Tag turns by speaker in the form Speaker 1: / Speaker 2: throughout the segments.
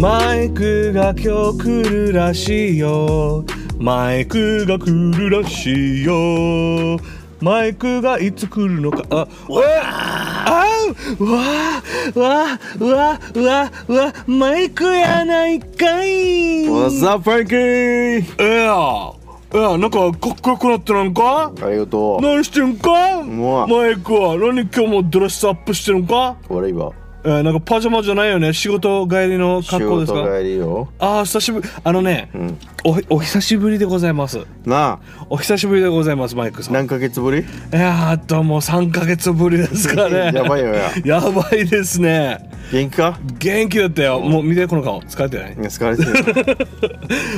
Speaker 1: マイクが今日来るらしいよマイクが来るらしいよマイクがいつ来るのかあうわあうわうわうわうわうわマイクやないかい
Speaker 2: What's up, Frankie?
Speaker 1: ええやええやなんかかっこよくなってなんか
Speaker 2: ありがとう。
Speaker 1: 何してんか
Speaker 2: もう
Speaker 1: マイクは何今日もドレスアップしてるのか
Speaker 2: 俺今、
Speaker 1: えー、なんかパジャマじゃないよね仕事帰りの
Speaker 2: 仕
Speaker 1: 格好です
Speaker 2: 事
Speaker 1: か
Speaker 2: 帰りよ。
Speaker 1: ああ久しぶりあのね、
Speaker 2: うん。
Speaker 1: おお久しぶりでございます
Speaker 2: な
Speaker 1: お久しぶりでございますマイクさ
Speaker 2: あ、
Speaker 1: ん
Speaker 2: 何ヶ月ぶ
Speaker 1: い
Speaker 2: り
Speaker 1: やーっともう3ヶ月ぶりですかね
Speaker 2: やばいよや。
Speaker 1: やばいですね
Speaker 2: 元気か
Speaker 1: 元気だったよもう見てこの顔疲れてない
Speaker 2: いや疲れて る。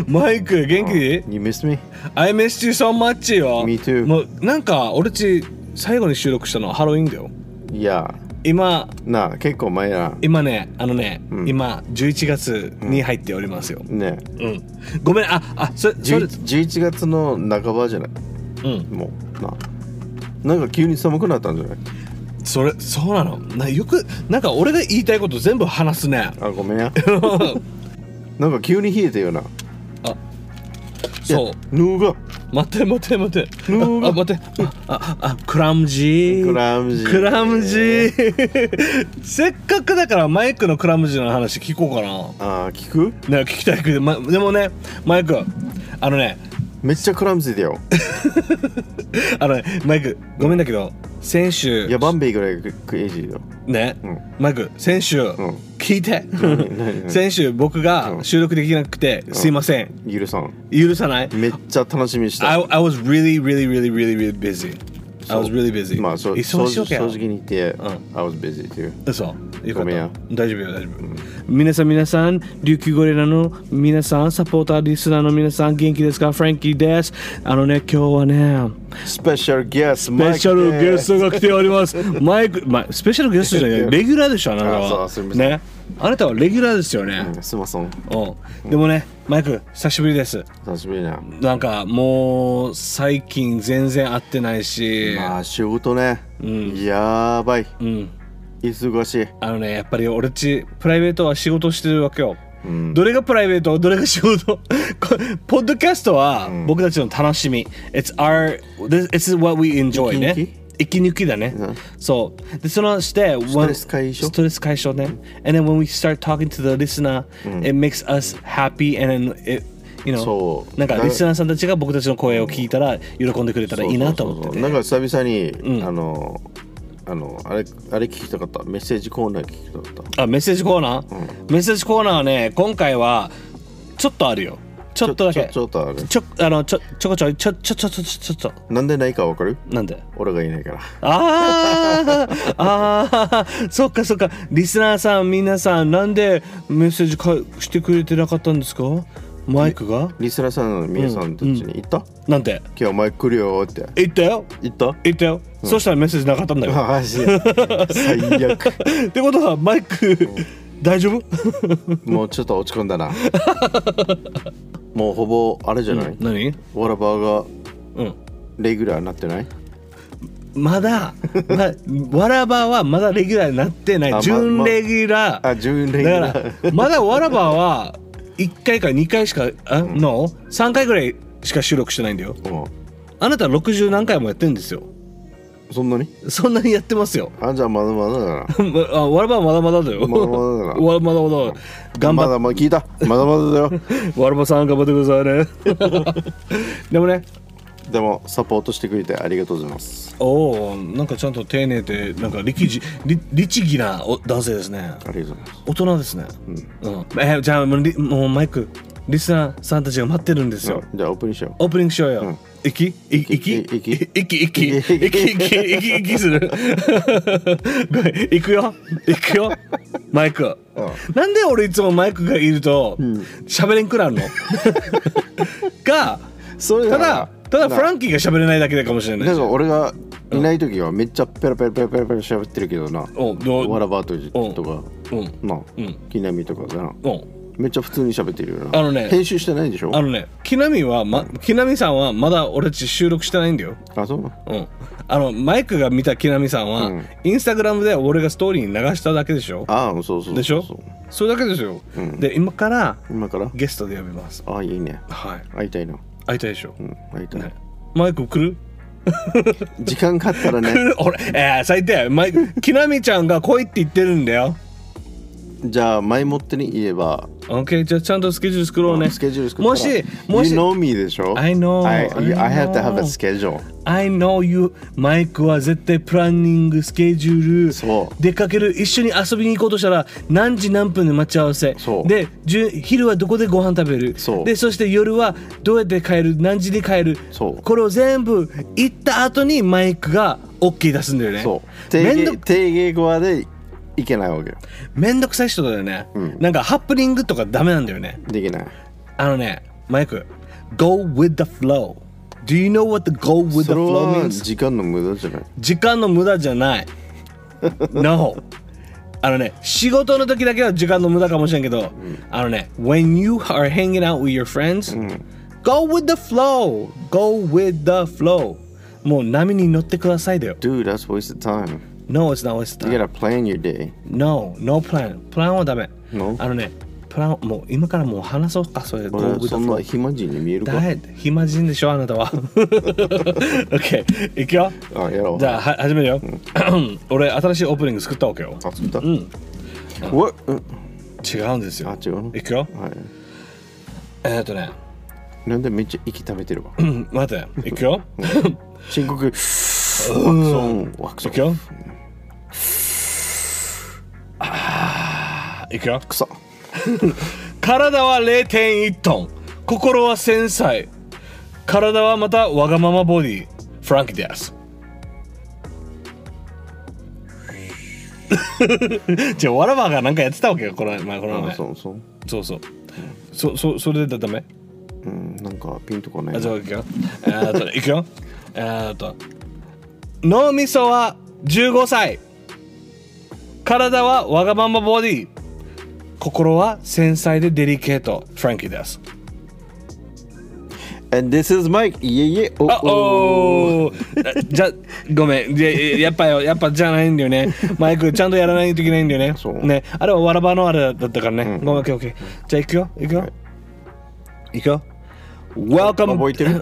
Speaker 1: マイク元気
Speaker 2: You miss me?
Speaker 1: I missed you so much よ
Speaker 2: Me too.
Speaker 1: もうなんか俺たち最後に収録したのはハロウィンだよ
Speaker 2: いや、
Speaker 1: 今
Speaker 2: なあ、結構前やな。
Speaker 1: 今ねあのね、
Speaker 2: うん
Speaker 1: 今11月に入っておりますよ、
Speaker 2: ね
Speaker 1: うん、ごめんああそ
Speaker 2: え、
Speaker 1: それ
Speaker 2: 11 11月の半ばじゃない
Speaker 1: うん
Speaker 2: もう、なあ。なんか急に寒くなったんじゃない
Speaker 1: それそうなのなよくなんか俺が言いたいこと全部話す ね
Speaker 2: あ、ごめんや。なんか急に冷えてよな。
Speaker 1: そう
Speaker 2: ぬが。
Speaker 1: 待って待って待って
Speaker 2: う
Speaker 1: あ
Speaker 2: わ
Speaker 1: あ待ってあああクラムジー
Speaker 2: クラムジー
Speaker 1: クラムジー せっかくだからマイクのクラムジーの話聞こうかな
Speaker 2: あー、聞く
Speaker 1: ね聞きたいけど、ま、でもねマイクあのね
Speaker 2: めっちゃクラムジーだよ。
Speaker 1: あのねマイクごめんだけど先週
Speaker 2: いや、バンビーぐらいクレイジーだよ。
Speaker 1: ね、
Speaker 2: うん
Speaker 1: マイク先週、
Speaker 2: ん
Speaker 1: 聞いて
Speaker 2: 何何何
Speaker 1: 先週僕が収録できなくて、すいません
Speaker 2: ゆるさん。
Speaker 1: 許さない、
Speaker 2: めっちゃ楽しみにした。
Speaker 1: I, I was really really really really really busy I was really busy
Speaker 2: まあ、そう
Speaker 1: 忙しい
Speaker 2: 正
Speaker 1: わけ
Speaker 2: 直
Speaker 1: よ
Speaker 2: 正直に言って、
Speaker 1: ん
Speaker 2: I was busy too.
Speaker 1: 嘘よか
Speaker 2: ご
Speaker 1: った
Speaker 2: めんや
Speaker 1: 大丈夫よ大丈夫、皆さん皆さん琉球ゴリラの皆さんサポーターリスナーの皆さん元気ですかフランキーですあのね今日はね
Speaker 2: スペシャルゲスト、
Speaker 1: スペシャルゲス
Speaker 2: ト。
Speaker 1: トが来ております マイク、まあ、スペシャルゲストじゃないレギュラーでしょあなた
Speaker 2: あそ
Speaker 1: は
Speaker 2: うすみません
Speaker 1: ねあなたはレギュラーですよね、
Speaker 2: うんすいません。
Speaker 1: うん、でもねマイク久しぶりです
Speaker 2: 久しぶりな。
Speaker 1: なんかもう最近全然会ってないし、
Speaker 2: まあ、仕事ね。やばい。
Speaker 1: うん、
Speaker 2: 忙しい。
Speaker 1: あのねやっぱり俺っちプライベートは仕事してるわけよ、
Speaker 2: うん
Speaker 1: どれがプライベートどれが仕事 こポッドキャストは僕たちの楽しみ、It's our this, this is what we enjoy
Speaker 2: 息抜
Speaker 1: ね
Speaker 2: き
Speaker 1: 息抜きだね、
Speaker 2: ん
Speaker 1: そうでそのしてス
Speaker 2: トレス解消
Speaker 1: ストレス解消ね、and then when we start talking to the listener、it makes us happy and then it you know
Speaker 2: そう
Speaker 1: なんかリスナーさんたちが僕たちの声を聞いたら喜んでくれたらいいなと思ってて
Speaker 2: そうそうそうなんか久々に、あの、あの、あれ、あれ聞きたかった。メッセージコーナー聞きたかっ
Speaker 1: あメッセージコーナー、メッセージコーナーはね今回はちょっとあるよちょっとだけ
Speaker 2: ちょちょちょっ
Speaker 1: ち
Speaker 2: とある
Speaker 1: ょあのちょちょこちょいちょちょちょちょちょちょ
Speaker 2: た。なんでないかわかる
Speaker 1: なんで
Speaker 2: 俺がいないから。
Speaker 1: あ ーあーそっかそっかリスナーさん皆さんなんでメッセージかしてくれてなかったんですかマイクが
Speaker 2: リスナーさんの皆さんたちに行った、
Speaker 1: なんて
Speaker 2: 今日お前来るよって。
Speaker 1: 言ったよ
Speaker 2: 行った
Speaker 1: 言ったよ、そしたらメッセージなかったんだよ
Speaker 2: マジで最悪
Speaker 1: ってことはマイク大丈夫
Speaker 2: もうちょっと落ち込んだなもうほぼあれじゃない、
Speaker 1: 何
Speaker 2: ワラバーが
Speaker 1: うん
Speaker 2: レギュラーになってない
Speaker 1: まだ、 まあ、わらばはまだレギュラーになってな
Speaker 2: あ
Speaker 1: い
Speaker 2: ま
Speaker 1: 準レギュラー、
Speaker 2: あ準レギュラー
Speaker 1: だからまだわらばは1回か2回しかあ、の3回ぐらいしか収録してないんだよ
Speaker 2: も
Speaker 1: あなた60何回もやってるんですよ
Speaker 2: うそんなに
Speaker 1: そんなにやってますよ
Speaker 2: あじゃあまだまだだな
Speaker 1: あわらばはまだまだだよ
Speaker 2: まだまだだな
Speaker 1: わらばまだまだ頑
Speaker 2: ま
Speaker 1: 張っ
Speaker 2: だまだ聞いたまだまだだよ
Speaker 1: わらばさん頑張ってくださいね でもね
Speaker 2: でもサポートしてくれてありがとうございます
Speaker 1: おおんかちゃんと丁寧でなんか律儀律律儀なお男性ですね
Speaker 2: ありがとうございます
Speaker 1: 大人ですね、うんえーじゃあもうリもうマイクリスナーさんたちが待ってるんですよ、
Speaker 2: じゃあオープンにしよ
Speaker 1: オープニングしようよ、息息息息息息
Speaker 2: 息
Speaker 1: 息息息息息するごめん行くよ行くよマイク、なんで俺いつもマイクがいると喋、れんくなるのが
Speaker 2: うそれ
Speaker 1: ただただフラ
Speaker 2: ン
Speaker 1: ンキーが喋れないだけかもしれない
Speaker 2: なんか俺がいない時はめっちゃペラペラペラペラペラ喋ってるけどな
Speaker 1: おどう
Speaker 2: ワラバーと
Speaker 1: お
Speaker 2: とか
Speaker 1: うん
Speaker 2: な
Speaker 1: うん
Speaker 2: 木南とかだな
Speaker 1: お
Speaker 2: めっちゃ普通に喋ってるよな
Speaker 1: あのね
Speaker 2: 編集してないんでしょ
Speaker 1: あのね木南は、ま、木南さんはまだ俺たち収録してないんだよ
Speaker 2: あそうなの
Speaker 1: うん、あのマイクが見た木南さんは、
Speaker 2: うん
Speaker 1: インスタグラムで俺がストーリーに流しただけでしょ
Speaker 2: ああそうそうそう
Speaker 1: でしょ
Speaker 2: そう
Speaker 1: それだけですよ、
Speaker 2: ん
Speaker 1: で今から
Speaker 2: 今から
Speaker 1: ゲストで呼びます
Speaker 2: ああいいね
Speaker 1: はい
Speaker 2: 会いたいな
Speaker 1: 会いたいでしょ、
Speaker 2: うん会いたい、
Speaker 1: ねマイク来る
Speaker 2: 時間があったら
Speaker 1: 来
Speaker 2: ね
Speaker 1: る俺えー、最低マイク 木南ちゃんが来いって言ってるんだよ
Speaker 2: じゃあ前もってに言えば
Speaker 1: OK じゃあちゃんとスケジュール作ろうね
Speaker 2: スケジュール作ったら
Speaker 1: もしも
Speaker 2: You
Speaker 1: し
Speaker 2: know me でしょ
Speaker 1: I know,
Speaker 2: I, you- I
Speaker 1: I
Speaker 2: have to have a
Speaker 1: know.
Speaker 2: schedule
Speaker 1: I know you マイクは絶対プランニングスケジュール
Speaker 2: そう
Speaker 1: 出かける一緒に遊びに行こうとしたら何時何分で待ち合わせ
Speaker 2: そう
Speaker 1: でじゅ昼はどこでご飯食べる
Speaker 2: そう
Speaker 1: でそして夜はどうやって帰る何時に帰る
Speaker 2: そう
Speaker 1: これを全部行った後にマイクが OK 出すんだよね
Speaker 2: そう
Speaker 1: めん
Speaker 2: 定
Speaker 1: ど
Speaker 2: 芸定芸語はでいけないわけよ
Speaker 1: めんどくさい人だよね、なんかハプニングとかダメなんだよね
Speaker 2: できない
Speaker 1: あのねマイク Go with the flow Do you know what the go with
Speaker 2: そ
Speaker 1: the
Speaker 2: れ
Speaker 1: flow
Speaker 2: は
Speaker 1: means?
Speaker 2: 時間の無駄じゃない
Speaker 1: 時間の無駄じゃない No あのね仕事の時だけは時間の無駄かもしれんけど、あのね When you are hanging out with your friends、Go with the flow Go with the flow もう波に乗ってくださいだよ
Speaker 2: Dude that's wasted time
Speaker 1: No it's not wasted
Speaker 2: You
Speaker 1: time
Speaker 2: gotta plan your day
Speaker 1: No no plan プランはダメ、
Speaker 2: No
Speaker 1: あのねプランもう今からもう話そうかそれ Go
Speaker 2: 俺
Speaker 1: with the
Speaker 2: そんな
Speaker 1: flow
Speaker 2: 暇人に見えるか
Speaker 1: 誰暇人でしょあなたは OK いくよ
Speaker 2: あやろう
Speaker 1: じゃあは始めるよ、 俺新しいオープニング作ったわけよ
Speaker 2: あそうだうんわうん
Speaker 1: 違うんですよ
Speaker 2: あ違うの
Speaker 1: いくよ
Speaker 2: はい
Speaker 1: えー、っとね
Speaker 2: なんでめっちゃ息食べてるわ
Speaker 1: うん待っていくよ
Speaker 2: 深刻ワクソンワクソ
Speaker 1: い
Speaker 2: ン
Speaker 1: くよあーいくよ
Speaker 2: くそ
Speaker 1: 体は0.1トン心は繊細体はまたわがままボディフランキーです じゃあわらわがなんかやってたわけよこの前この
Speaker 2: あ
Speaker 1: 前
Speaker 2: そうそう
Speaker 1: そうそうそそそれでダメ
Speaker 2: うんなんかピンとこない
Speaker 1: あ
Speaker 2: な
Speaker 1: じゃあいくよ。えーっと、いくよ。 えーっと、脳みそは15歳。体はわがままボディ。心は繊細でデリケート。フランキーです。
Speaker 2: And this is Mike いえいえお
Speaker 1: あおー じゃ、ごめん。じゃやっぱよ、やっぱじゃないんだよね。マイク、ちゃんとやらないといけないんだよね。
Speaker 2: そう
Speaker 1: ね。あれはわらばのあれだったからね。ごめん、オッケーオッケー。じゃあ、いくよ。いくよ。
Speaker 2: はい
Speaker 1: い、くよ。Welcome
Speaker 2: 覚え てるや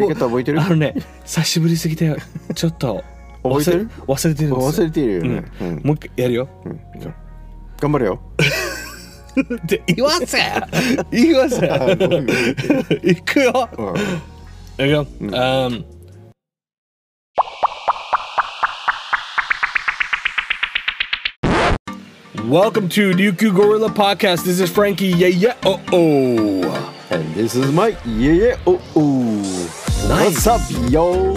Speaker 2: り方覚えてる
Speaker 1: あのね久しぶりすぎてちょっと
Speaker 2: 覚えてる
Speaker 1: 忘れ忘れてるんです
Speaker 2: 忘れ
Speaker 1: よ
Speaker 2: てるよねうん
Speaker 1: もう一回やるよ、
Speaker 2: 頑張れよ
Speaker 1: って言わ せ言わせ 行くよ
Speaker 2: うん
Speaker 1: 行くよ、あん「Welcome to 琉球ゴリラ Podcast This is Frankie Yeah Yeah Oh Oh
Speaker 2: And this is Mike いえいえおお What's up yo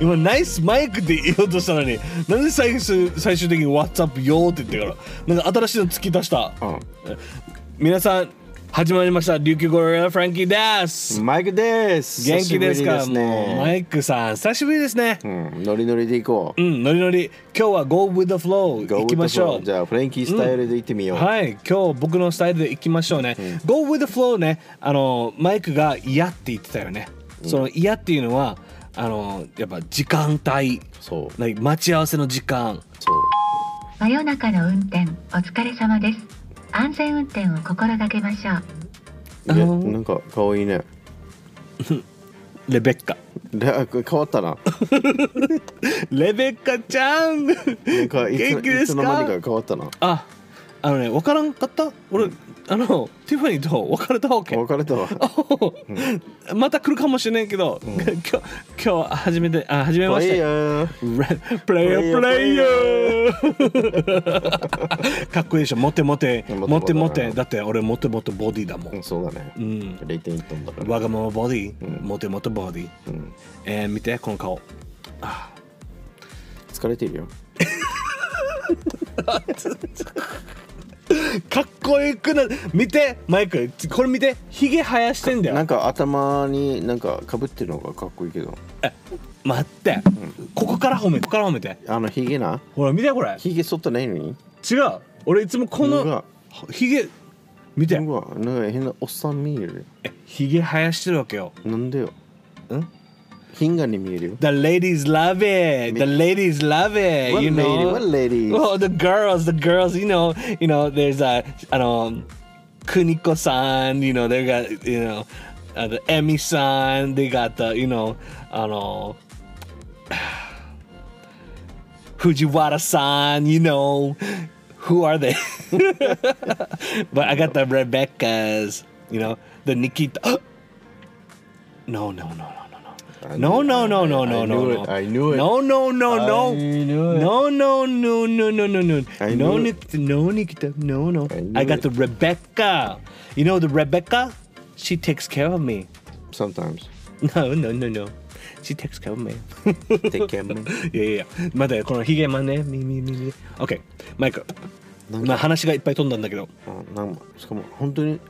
Speaker 1: 今ナイスマイクって言おうとしたのになんで最終最終的に「What's up よ」って言ってからなんか新しいの突き出した皆さん始まりました琉球ゴリラフランキーです
Speaker 2: マイクです
Speaker 1: 元気ですか
Speaker 2: 久しぶり
Speaker 1: もうマ
Speaker 2: ね
Speaker 1: イクさん久しぶりですね
Speaker 2: うんノリノリでいこう
Speaker 1: うん、ノリノリ今日は Go with the flow
Speaker 2: Go with
Speaker 1: 行きましょ
Speaker 2: the flow
Speaker 1: う
Speaker 2: じゃあフレンキースタイルで行ってみよう
Speaker 1: はい今日僕のスタイルで行きましょうね、Go with the flow ねあのマイクが嫌って言ってたよね、その嫌っていうのはあのやっぱ時間帯
Speaker 2: そう
Speaker 1: なんか待ち合わせの時間
Speaker 2: そう
Speaker 3: 真夜中の運転お疲れ様です安全運転を心がけましょう
Speaker 1: あ
Speaker 2: いや
Speaker 1: のー
Speaker 2: なんか可愛いね
Speaker 1: レベッカ
Speaker 2: であ変わったな
Speaker 1: レベッカちゃん
Speaker 2: なんかいつ
Speaker 1: 元気で
Speaker 2: い
Speaker 1: す
Speaker 2: つ
Speaker 1: か
Speaker 2: の間にか変わったな
Speaker 1: ああのね分からんかった俺、あのティファニーと別れたわけ
Speaker 2: 別れたわ
Speaker 1: また来るかもしれないけど、 今日今日初めてあ初めま
Speaker 2: 可
Speaker 1: し
Speaker 2: 愛い
Speaker 1: て
Speaker 2: よ
Speaker 1: プレイヤープレイヤー かっこいいでしょモテモテ
Speaker 2: モテモテ
Speaker 1: モテモテだって俺モテモテボディだもん、
Speaker 2: うんそうだね
Speaker 1: うん
Speaker 2: 0点トンだから
Speaker 1: わがままボディ、モテモテボディ、
Speaker 2: うん
Speaker 1: えー見てこの顔
Speaker 2: 疲れてるよ
Speaker 1: かっこよくな見てマイクこれ見てヒゲ生やしてんだよ
Speaker 2: なんか頭になんかかぶってるのがかっこいいけど
Speaker 1: 待って、ここから褒めてここから褒めて
Speaker 2: あのヒゲな
Speaker 1: ほら見てこれ
Speaker 2: ヒゲ剃ってないのに
Speaker 1: 違う俺いつもこ
Speaker 2: う
Speaker 1: の
Speaker 2: わ
Speaker 1: ひげ見て
Speaker 2: うわなんか変なおっさん見える
Speaker 1: えひげ生やしてるわけよ
Speaker 2: なんでよ
Speaker 1: ん
Speaker 2: 貧がに見えるよ
Speaker 1: The ladies love it. The ladies love it.
Speaker 2: What
Speaker 1: you know,
Speaker 2: lady? What ladies?
Speaker 1: Well, Oh, the girls, the girls. You know, you know. There's a, I know, Kuniko-san. You know, they got, you know, uh, the Emmy-san. They got the, you know, I know, Fujiwara-san. You know, who are they? but I got the Rebecca's. You know, the Nikita. no, no, no, no, no, no.
Speaker 2: I
Speaker 1: No,
Speaker 2: knew-
Speaker 1: no,
Speaker 2: I-
Speaker 1: no, no,
Speaker 2: I- I
Speaker 1: no, no,
Speaker 2: knew
Speaker 1: no.
Speaker 2: it. I knew it.
Speaker 1: No, no, no, no.
Speaker 2: I knew it.
Speaker 1: No, no, no, no, no, no, no.
Speaker 2: I
Speaker 1: No,
Speaker 2: knew
Speaker 1: Nikita, no, Nikita, no, no.
Speaker 2: I knew
Speaker 1: I, got
Speaker 2: it.
Speaker 1: the Rebecca. You know the Rebecca? She takes care of me.
Speaker 2: Sometimes.
Speaker 1: No, no, no, no. She takes care of me.
Speaker 2: Take care of me.
Speaker 1: いやいやいや、まだこのヒゲマンね、みみみみ。OK、マイク。
Speaker 2: なんか
Speaker 1: まあ話がいっぱい飛んだんだけど。
Speaker 2: あなんもしかも本当にん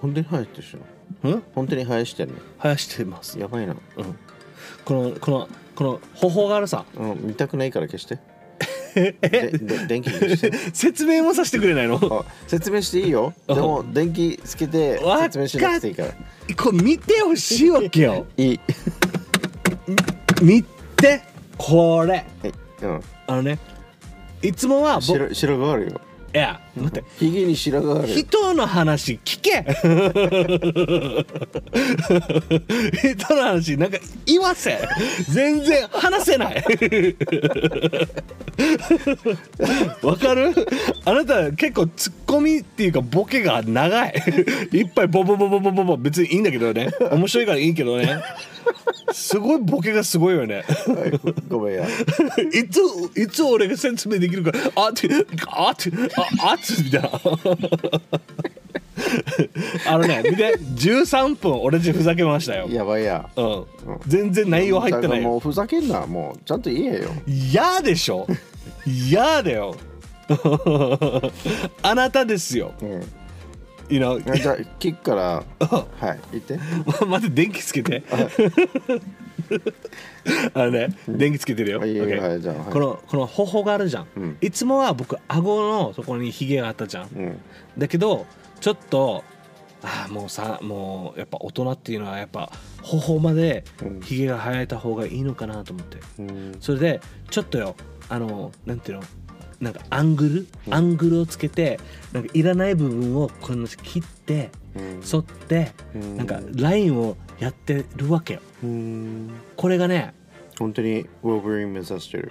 Speaker 2: 本当に生やしてるし
Speaker 1: ん
Speaker 2: 本当に生やしてるの
Speaker 1: 生やしてます。
Speaker 2: やばいな
Speaker 1: うん。この、この、この、頬がある さ。
Speaker 2: あの見たくないから 消してでで電気消して
Speaker 1: 説明もさせてくれないの
Speaker 2: あ説明していいよでも電気つけて
Speaker 1: わかっ
Speaker 2: 説明しなくていいから
Speaker 1: これ見てほしいわけよ
Speaker 2: いい
Speaker 1: 見てこれ
Speaker 2: はいうん
Speaker 1: あのねいつもは僕い
Speaker 2: 白白があるよ
Speaker 1: や待って
Speaker 2: ヒゲに白がある
Speaker 1: 人の話聞け人の話なんか言わせ全然話せないわかるあなた結構ツッコミっていうかボケが長いいっぱいボボボボボボボ別にいいんだけどね面白いからいいけどねすごいボケがすごいよね
Speaker 2: はいごごめんや
Speaker 1: いついつ俺が説明できるかあってあってああってみたいな あのね見て13分俺たちふざけましたよ、
Speaker 2: やばいや
Speaker 1: うん、全然内容入って
Speaker 2: だか
Speaker 1: な
Speaker 2: ら
Speaker 1: い
Speaker 2: も
Speaker 1: よ
Speaker 2: うふざけんなもうちゃんと言えよ
Speaker 1: 嫌でしょ嫌だよ あなたですよ
Speaker 2: うん
Speaker 1: you know
Speaker 2: じゃあキックからはい言って
Speaker 1: 待って電気つけてあのね電気つけてるよ、
Speaker 2: はい
Speaker 1: OK
Speaker 2: はいじゃあはい
Speaker 1: このこの頬があるじゃん、
Speaker 2: うん
Speaker 1: いつもは僕顎のそこにヒゲがあったじゃん、
Speaker 2: うん
Speaker 1: だけどちょっとああもうさもうやっぱ大人っていうのはやっぱ頬まで
Speaker 2: うん
Speaker 1: ヒゲが生えた方がいいのかなと思って
Speaker 2: うん
Speaker 1: それでちょっとよあのなんていうのなんかアングル、アングルをつけてなんかいらない部分をこの切って
Speaker 2: うん
Speaker 1: 沿って
Speaker 2: うん
Speaker 1: なんかラインをやってるわけよ
Speaker 2: うん
Speaker 1: これがね
Speaker 2: 本当にウォーブリン目指してる。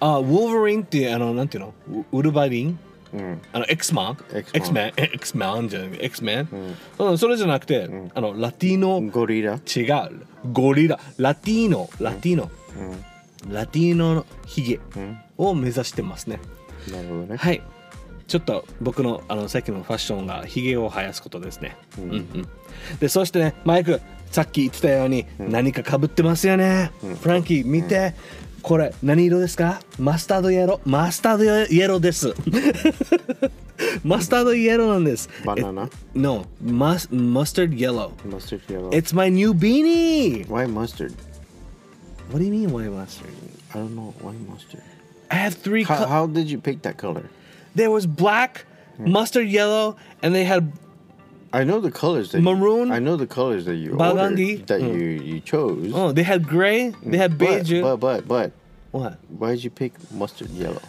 Speaker 1: あウォーバリンっていうあのなんていうのウウルバリン
Speaker 2: うん。
Speaker 1: あの X マン
Speaker 2: X-Man
Speaker 1: X マン X マンじゃない X マン
Speaker 2: うん
Speaker 1: うんそれじゃなくて
Speaker 2: ん
Speaker 1: あのラティーノ
Speaker 2: ゴリラ。
Speaker 1: 違うゴリララティーノラティーノ
Speaker 2: う
Speaker 1: ラティーノのヒゲ
Speaker 2: ん。うん。
Speaker 1: を目指してますね
Speaker 2: なるほどね。
Speaker 1: はいちょっと僕のあのさっきのファッションがヒゲを生やすことですね、うんうんでそしてねマイクさっき言ってたように、何かかぶってますよね、フランキー見て、これ何色ですかマスタードイエローマスタードイエローです マスタードイエローなんです
Speaker 2: バナナ
Speaker 1: It- No マスマスタードイエロー
Speaker 2: マスタードやろう。
Speaker 1: It's my new beanie
Speaker 2: Why mustard?
Speaker 1: What do you mean why mustard?
Speaker 2: I don't know. Why mustard?
Speaker 1: I have three
Speaker 2: How,
Speaker 1: colors.
Speaker 2: how did you pick that color?
Speaker 1: There was black, mustard yellow, and they had
Speaker 2: I know the colors that
Speaker 1: Maroon.
Speaker 2: You, I know the colors that you
Speaker 1: Burgundy.
Speaker 2: ordered, that you you chose.
Speaker 1: oh, they had gray, they had
Speaker 2: but,
Speaker 1: beige.
Speaker 2: but but but
Speaker 1: what?
Speaker 2: why did you pick mustard yellow?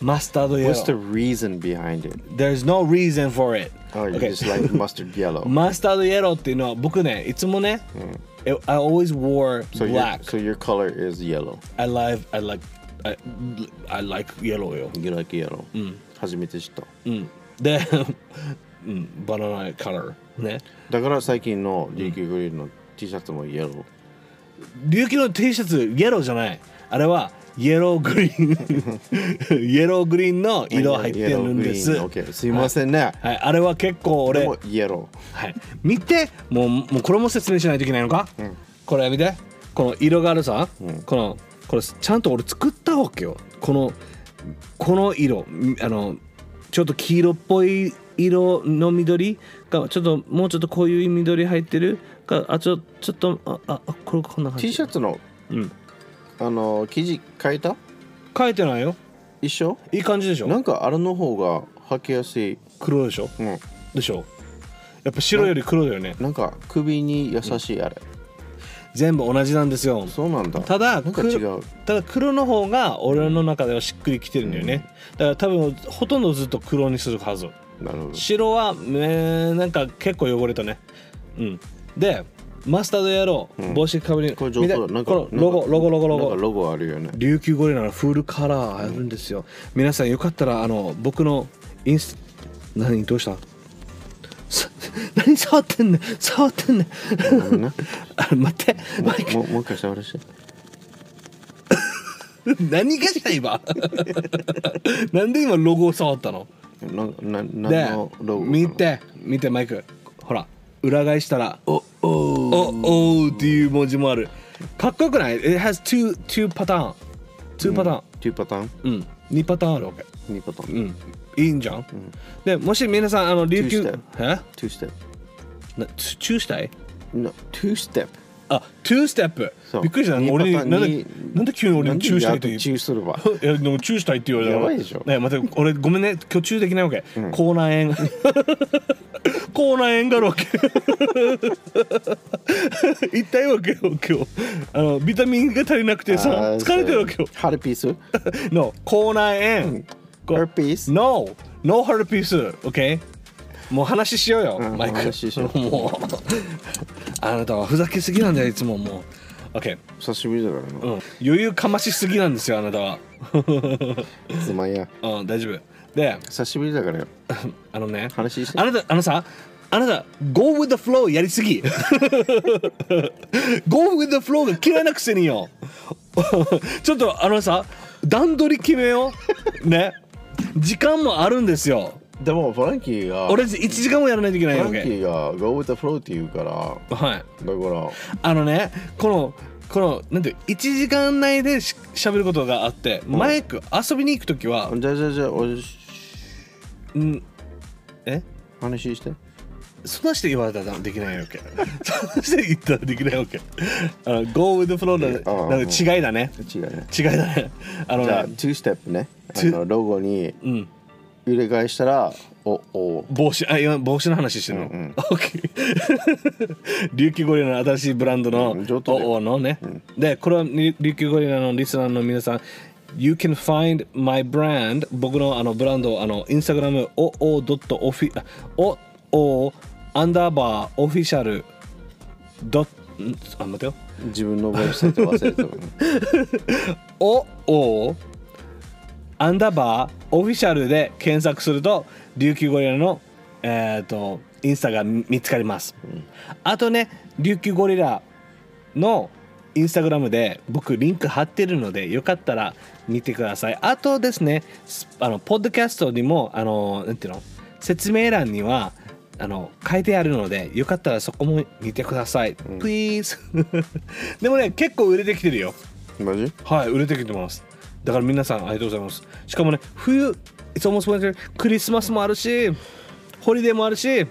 Speaker 1: Mustard yellow.
Speaker 2: What's the reason behind it?
Speaker 1: There's no reason for it.
Speaker 2: Oh, you just like mustard yellow.
Speaker 1: マスタードイエローっていうのは僕ねいつもね、I- I always wore
Speaker 2: so your
Speaker 1: black
Speaker 2: so your color is yellow.
Speaker 1: I like I like I, I like yellow よ、
Speaker 2: You like yellow.
Speaker 1: Mm.
Speaker 2: 初めて知った。
Speaker 1: うん、で、うん、バナナカラーね
Speaker 2: だから最近の
Speaker 1: Mm.
Speaker 2: 琉球グリーンの T シャツもイエロー。
Speaker 1: 琉球の T シャツイエローじゃないあれはイエローグリー ンイエローグリーンの色入ってるんです
Speaker 2: イエローグリーン OK すいませんね。
Speaker 1: はい、あれは結構
Speaker 2: これ
Speaker 1: 俺、
Speaker 2: も
Speaker 1: は
Speaker 2: イエロ
Speaker 1: い、見てもうもうこれも説明しないといけないのか、これ見てこの色があるさ、このこれちゃんと俺作ったわけよこのこの色みあのちょっと黄色っぽい色の緑がちょっともうちょっとこういう緑入ってるかあちょちょっとあああこれこんな
Speaker 2: ー。
Speaker 1: 感じ
Speaker 2: T シャツの
Speaker 1: うん
Speaker 2: あの記事変えた
Speaker 1: 書いてないよ
Speaker 2: 一緒
Speaker 1: いい感じでしょ
Speaker 2: なんかあれの方が履きやすい、
Speaker 1: 黒でしょ
Speaker 2: うん、
Speaker 1: でしょやっぱ白より黒だよね
Speaker 2: なんか首に優しいあれ、
Speaker 1: 全部同じなんですよ
Speaker 2: そうなんだ
Speaker 1: ただ
Speaker 2: なんか
Speaker 1: く
Speaker 2: 違う
Speaker 1: ただ黒の方が俺の中ではしっくりきてるんだよね、だから多分ほとんどずっと黒にするはず
Speaker 2: なるほど
Speaker 1: 白は、ね、なんか結構汚れたねうんでマスタード野郎、
Speaker 2: うん
Speaker 1: 帽子かぶり
Speaker 2: これ上手だ
Speaker 1: 見て
Speaker 2: なんか
Speaker 1: このロゴロゴロゴロ
Speaker 2: なん
Speaker 1: ゴ
Speaker 2: かロゴあるよ ね
Speaker 1: 琉球ゴリラのフールカラーあるんですよ、皆さんよかったらあの僕のインス何どうした さ何触ってんねん触ってんねん
Speaker 2: ごめんな
Speaker 1: あ待って マイク
Speaker 2: もうもう一回触らせて
Speaker 1: 何がした今 なんで今ロゴを触ったの
Speaker 2: なんかな何
Speaker 1: で
Speaker 2: のロゴかな
Speaker 1: 見て見てマイクほら裏返したら「お
Speaker 2: おお
Speaker 1: おー」っていう文字もあるかっこよくない ?It has two, two パターン two パターン
Speaker 2: 2パターン
Speaker 1: うん、2パターンあるわけ
Speaker 2: 2パター
Speaker 1: う
Speaker 2: ン
Speaker 1: んいいんじゃん、
Speaker 2: ん
Speaker 1: でもし皆さんあの琉球
Speaker 2: two
Speaker 1: え
Speaker 2: 2ステッ
Speaker 1: なチュチューしたい
Speaker 2: プな2ステップ
Speaker 1: あトゥーステップ
Speaker 2: そう
Speaker 1: びっくりした
Speaker 2: 二
Speaker 1: 俺に
Speaker 2: パタ
Speaker 1: な
Speaker 2: ー
Speaker 1: ん
Speaker 2: ン
Speaker 1: で
Speaker 2: に
Speaker 1: なんで急に俺にチューしたいと言う
Speaker 2: チューす れば
Speaker 1: いやでもチューしたいって言われたから
Speaker 2: やばいでしょ
Speaker 1: ね待って俺ごめんね今日チューできないわけ、口内 炎口内炎があるわけ痛いわけよ今日あのビタミンが足りなくてさ
Speaker 2: あー
Speaker 1: 疲れてるわけよ
Speaker 2: そうハルピース
Speaker 1: の口内炎こう
Speaker 2: ハルピース
Speaker 1: No! No hard piece! OK? もう話しようよ、
Speaker 2: うん
Speaker 1: マイク。
Speaker 2: 話しよ う
Speaker 1: もう。あなたはふざけすぎなんだよ、いつももう。OK。
Speaker 2: 久しぶりだから
Speaker 1: う、
Speaker 2: なん
Speaker 1: 余裕かましすぎなんですよ、あなたは。
Speaker 2: つまんや
Speaker 1: うん、大丈夫。で、
Speaker 2: 久しぶりだからよ
Speaker 1: あのね、
Speaker 2: 話して
Speaker 1: あなた、あのさ、あなた、Go with the flow やりすぎ。Go with the flow が嫌いなくせによ。 ちょっとあのさ、段取り決めよう。ね。時間もあるんですよ。
Speaker 2: でもフランキーが
Speaker 1: 俺1時間もやらないといけない
Speaker 2: フ
Speaker 1: わ
Speaker 2: ランキ
Speaker 1: け。
Speaker 2: ーが Go with the flow って言うからだか
Speaker 1: はい。
Speaker 2: ら
Speaker 1: あのねこのこのなんていう1時間内でししゃべることがあって、マイク遊びに行く時は、
Speaker 2: じゃあじゃあじゃあ俺
Speaker 1: うん、え
Speaker 2: 話して
Speaker 1: そんなして言われたらできないわけ そんなして言ったらできないわけあの Go with the flow
Speaker 2: えあ
Speaker 1: の
Speaker 2: あ
Speaker 1: なんか違いだね
Speaker 2: 違うね
Speaker 1: 違いだねあの
Speaker 2: じゃあ
Speaker 1: ね
Speaker 2: 2ステップねあ
Speaker 1: two-
Speaker 2: のロゴに
Speaker 1: うん
Speaker 2: 揺れ返したらおお
Speaker 1: 帽子あ今帽子の話してるの、
Speaker 2: うんうん
Speaker 1: OK 琉球ゴリラの新しいブランドの
Speaker 2: うん上等だよ
Speaker 1: おおのね、でこれはに琉球ゴリラのリスナーの皆さん You can find my brand 僕のあのブランドをあのインスタグラム oo.offi おおアンダーバーオフィシャルドんあ待てよ
Speaker 2: 自分のウェブサイト忘れてた
Speaker 1: おおアンダーバーオフィシャルで検索すると琉球ゴリラのえっ、とインスタが見つかります、あとね琉球ゴリラのインスタグラムで僕リンク貼ってるのでよかったら見てくださいあとですねスあのポッドキャストにもあのなんていうの説明欄にはあの書いてあるのでよかったらそこも見てください、please でもね結構売れてきてるよ
Speaker 2: マジ
Speaker 1: はい、売れてきてます。だから皆さんありがとうございます。しかもね、冬、いつもそうですクリスマスもあるし、ホリデーもあるし、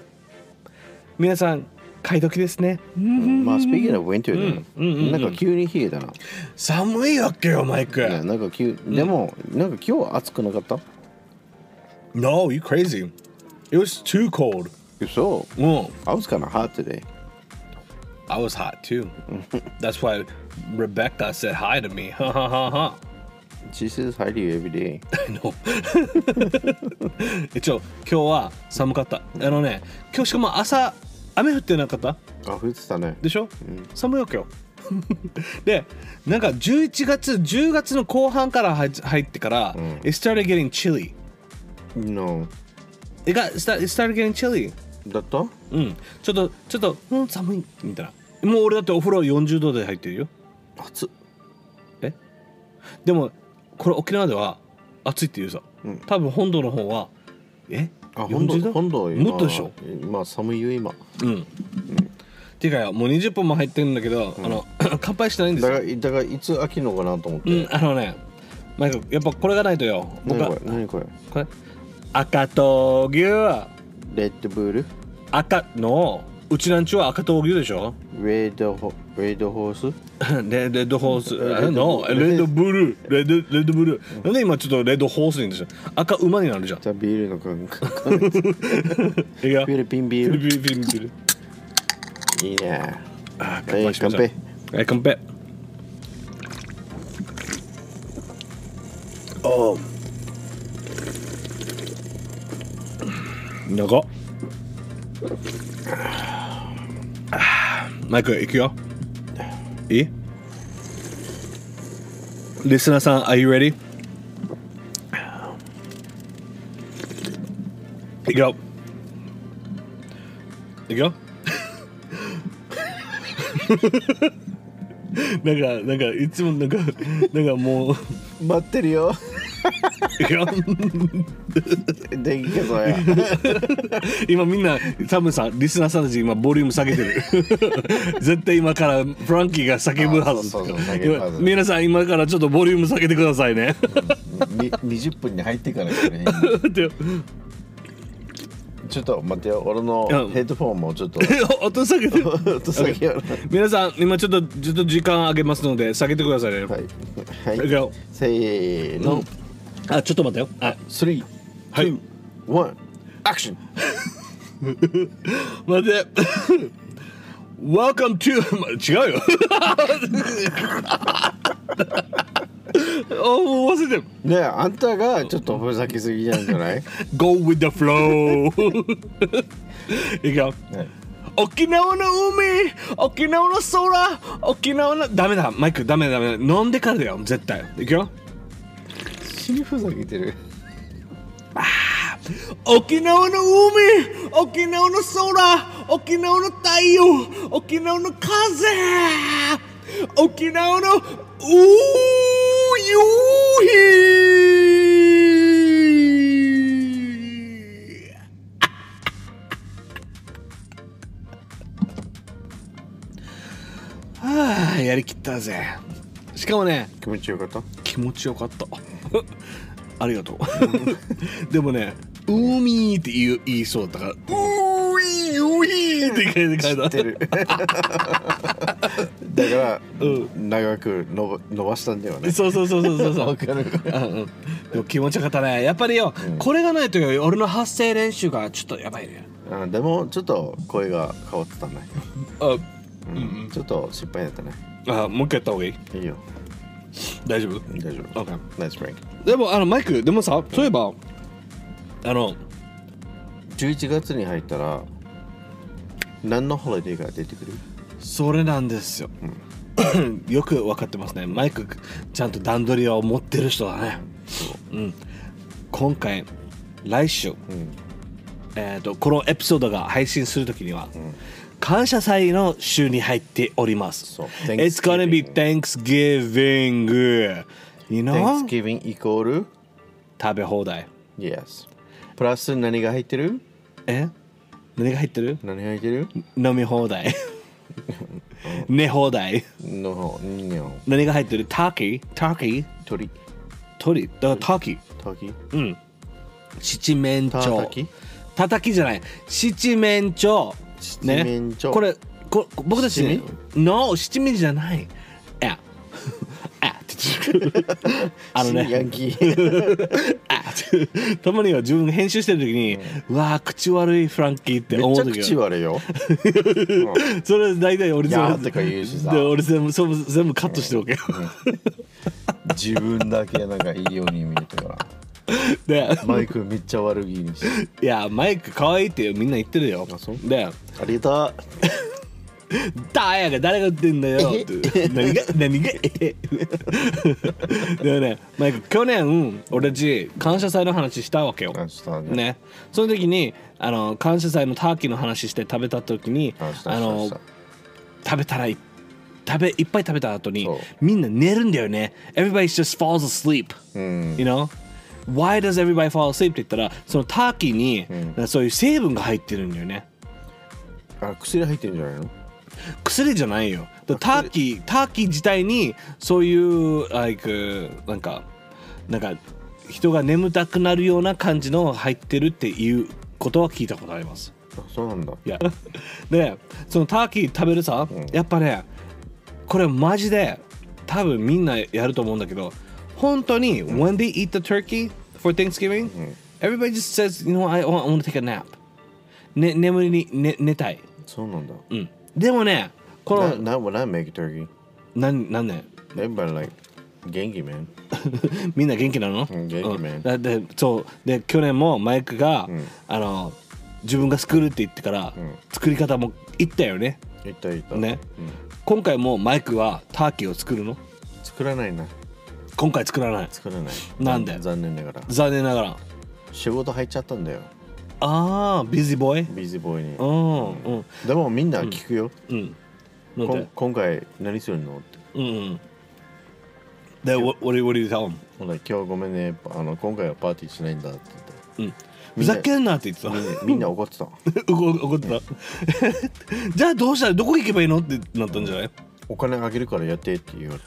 Speaker 1: 皆さん、買い時ですね。
Speaker 2: まあスピーキングオブウィンターだ
Speaker 1: うんうんうんうん
Speaker 2: ななんか急に冷えたな
Speaker 1: 寒いわけよ、マイク。
Speaker 2: いやなんか急でもなんか今日は暑くなかった
Speaker 1: No, you crazy. It was too cold.
Speaker 2: そう
Speaker 1: Mm.
Speaker 2: I was kind of hot today
Speaker 1: I was hot too. That's why Rebecca said hi to me. Ha ha ha ha.
Speaker 2: She says hi to you every day
Speaker 1: の 一応今日は寒かったあのね今日しかも朝雨降ってなかった
Speaker 2: あ降ってたね
Speaker 1: でしょ、寒いわけよ でなんか11月10月の後半から入っ入ってから、
Speaker 2: ん
Speaker 1: it started getting chilly
Speaker 2: No
Speaker 1: it, got, it sta- it started getting chilly
Speaker 2: だった
Speaker 1: うんちょっとちょっと、うん、寒いみたいなもう俺だってお風呂40度で入ってるよ
Speaker 2: 暑っ
Speaker 1: えでもこれ沖縄では暑いって言うさ、
Speaker 2: うん
Speaker 1: 多分本土の方はえ
Speaker 2: あ本
Speaker 1: 40度
Speaker 2: 土本土は今
Speaker 1: もっとでしょ
Speaker 2: 今寒いよ今
Speaker 1: うん、ていうかよもう20分も入ってるんだけど、あの 乾杯してないんです
Speaker 2: だか
Speaker 1: よ、
Speaker 2: らだからいつ飽きるのかなと思っ
Speaker 1: う
Speaker 2: て、
Speaker 1: ん、あのねマイクやっぱこれがないとよ僕
Speaker 2: 何
Speaker 1: は
Speaker 2: これ何これ
Speaker 1: これ赤と牛
Speaker 2: レッドブール
Speaker 1: 赤のうちなんちは赤闘牛でしょ
Speaker 2: Red ho- Red horse?
Speaker 1: レレッドホース、
Speaker 2: レッド
Speaker 1: あのレッドブルー、レッドレッドブルー。なんで今ちょっとレッドホースにでしょ。赤馬になるじゃん。
Speaker 2: じゃあビールの感 覚。フ
Speaker 1: いや、
Speaker 2: ィ
Speaker 1: ビ
Speaker 2: リピンビ
Speaker 1: ル
Speaker 2: ー
Speaker 1: ビルビルビル。
Speaker 2: ル。いいね。
Speaker 1: あー、乾
Speaker 2: え
Speaker 1: 杯
Speaker 2: ー
Speaker 1: しま
Speaker 2: 乾
Speaker 1: しょう
Speaker 2: 杯。。
Speaker 1: はい、乾杯。おう。長 っ。あーマイク、いくよ。いいリスナーさん、Are you ready? いくよ。いくよ。なんか、なんか、いつもなんか、なんかもう、
Speaker 2: 待ってるよ。
Speaker 1: いくよ。
Speaker 2: 電気消そうや。
Speaker 1: 今みんな多分さリスナーさんたち今ボリューム下げてる 絶対今からフランキーが叫ぶはず
Speaker 2: あそうそうそう叫ぶはず
Speaker 1: 今皆さん今からちょっとボリューム下げてくださいね
Speaker 2: に20分に入ってからですね。
Speaker 1: って
Speaker 2: ちょっと待ってよ。俺の
Speaker 1: うん
Speaker 2: ヘッドフォンもちょっと。
Speaker 1: 音下げてる
Speaker 2: 音下げよう。
Speaker 1: 皆さん今ちょっとちょっと時間あげますので下げてくださいね、
Speaker 2: はい。
Speaker 1: いく
Speaker 2: はい。
Speaker 1: よ
Speaker 2: せーの。
Speaker 1: あちょっと待ってよあ
Speaker 2: 3、
Speaker 1: はい
Speaker 2: 2、1、アクション
Speaker 1: 待って Welcome to ま違うよあもう忘れてる
Speaker 2: ねえ、あんたがちょっとふざけすぎなんじゃない
Speaker 1: Go with the flow いくよ
Speaker 2: ね
Speaker 1: 沖縄の海沖縄の空沖縄のダメだマイクダメだダメだ飲んでからだよ絶対いくよ
Speaker 2: 死にふざけてる。
Speaker 1: 沖縄の海沖縄の空沖縄の太陽沖縄の風沖縄のお夕日 はあやりきったぜしかもね
Speaker 2: 気持ちよかった
Speaker 1: 気持ちよかった ありがとう でもね「うーみー」って言う言いそうだから「うーいーういー」って書いて書い
Speaker 2: 知って
Speaker 1: た
Speaker 2: るだから、
Speaker 1: う
Speaker 2: 長く伸ば伸ばしたんだよね
Speaker 1: そうそうそうそうそうそ
Speaker 2: わ
Speaker 1: う
Speaker 2: かる
Speaker 1: うんうんでも気持ちよかったねやっぱりよ、これがないとよ俺の発声練習がちょっとやばいね
Speaker 2: うんでもちょっと声が変わってたね、
Speaker 1: あ
Speaker 2: うんちょっと失敗だったね
Speaker 1: あもう一回やった方がいい
Speaker 2: いいよ
Speaker 1: 大丈夫
Speaker 2: 大丈夫
Speaker 1: OK
Speaker 2: ナイスブレイク
Speaker 1: でもあのマイクでもさそういえばあの
Speaker 2: 11月に入ったら何のホリデーが出てくる
Speaker 1: それなんですよ、 よく分かってますねマイクちゃんと段取りを持ってる人だねうん今回来週、
Speaker 2: ん
Speaker 1: えー、とこのエピソードが配信するときには、感謝祭の週に入っております
Speaker 2: そう
Speaker 1: It's gonna be Thanksgiving You know?
Speaker 2: Thanksgiving イコール
Speaker 1: 食べ放題
Speaker 2: Yes プラス何が入ってる
Speaker 1: え何が入ってる
Speaker 2: 何が入ってる
Speaker 1: 飲み放 題寝放題
Speaker 2: の方にの
Speaker 1: 何が入ってるターキーターキー
Speaker 2: 鳥
Speaker 1: 鳥だからターキー
Speaker 2: 鳥
Speaker 1: うん。七面鳥。
Speaker 2: たたき
Speaker 1: たたきじゃない。七面鳥。
Speaker 2: 七面鳥
Speaker 1: これ、こ僕たち、ね、No、七面じゃない。え。 えって言ってる あの
Speaker 2: ヤ
Speaker 1: ね、
Speaker 2: ン キー
Speaker 1: あ たまには自分が編集してる時に、うわあ口悪いフランキーって
Speaker 2: め
Speaker 1: 思う
Speaker 2: っちゃ
Speaker 1: 時
Speaker 2: 口
Speaker 1: は
Speaker 2: 悪いよ
Speaker 1: それ大体俺
Speaker 2: い
Speaker 1: 全
Speaker 2: やーとか言うしさ
Speaker 1: で俺全部そう全部カットしてるわけよ、
Speaker 2: 自分だけなんかいいように見えてから
Speaker 1: で
Speaker 2: マイクめっちゃ悪気にして
Speaker 1: いやマイク可愛いってみんな言ってるよ
Speaker 2: あそう
Speaker 1: で
Speaker 2: ありがと
Speaker 1: だやが誰が言ってんだよって何が何がでもねマイク去年俺たち感謝祭の話したわけよ
Speaker 2: うあしたね
Speaker 1: ねその時にあの感謝祭のターキーの話して食べた時に
Speaker 2: あした
Speaker 1: あ
Speaker 2: し
Speaker 1: の
Speaker 2: たした
Speaker 1: 食べたらい食べいっぱい食べた後に
Speaker 2: そう
Speaker 1: みんな寝るんだよね Everybody just falls asleep、
Speaker 2: ん
Speaker 1: You know Why does everybody fall asleep? って言ったらそのターキーに、そういう成分が入ってるんだよね
Speaker 2: あ薬入ってるんじゃないの
Speaker 1: 薬じゃないよだターキーターキー自体にそういう like なんかなんか人が眠たくなるような感じの入ってるっていうことは聞いたことあります
Speaker 2: あそうなんだ
Speaker 1: い やでそのターキー食べるさ、
Speaker 2: うん
Speaker 1: やっぱねこれマジで多分みんなやると思うんだけど本当に、when they eat the turkey for Thanksgiving、everybody just says you know what, I want, I want to take a nap ね眠りに、ね、寝たい、
Speaker 2: そうなんだ
Speaker 1: うん、でもねこの
Speaker 2: Not, not what I make turkey
Speaker 1: なんなんね
Speaker 2: Everybody like Genki man
Speaker 1: みんな元気なの、
Speaker 2: うん元気ね
Speaker 1: うんだでそうで去年もマイクが、
Speaker 2: うん
Speaker 1: あの自分が作るって言ってから、
Speaker 2: うん
Speaker 1: 作り方も言ったよね
Speaker 2: いたいた
Speaker 1: ね
Speaker 2: うん
Speaker 1: 今回もマイクはターキーを作るの
Speaker 2: 作らないな
Speaker 1: 今回作らない
Speaker 2: 作らない
Speaker 1: なんで
Speaker 2: 残念ながら
Speaker 1: 残念ながら
Speaker 2: 仕事入っちゃったんだよ
Speaker 1: ああビジボーイ
Speaker 2: ビーズボーイに
Speaker 1: うんうん
Speaker 2: でもみんな聞くよ、
Speaker 1: うん
Speaker 2: こん
Speaker 1: なんで
Speaker 2: 今回何するのって
Speaker 1: うんうんで what, what do you- what do you tell him?
Speaker 2: ほら今日ごめんねあの今回はパーティーしないんだって言って
Speaker 1: うんふ
Speaker 2: みんな
Speaker 1: ざけんなって言って
Speaker 2: みん
Speaker 1: た
Speaker 2: なみんな怒ってた
Speaker 1: 怒怒ってた じゃあどうしたらどこ行けばいいのってなったんじゃない
Speaker 2: お金あげるからやってって言われ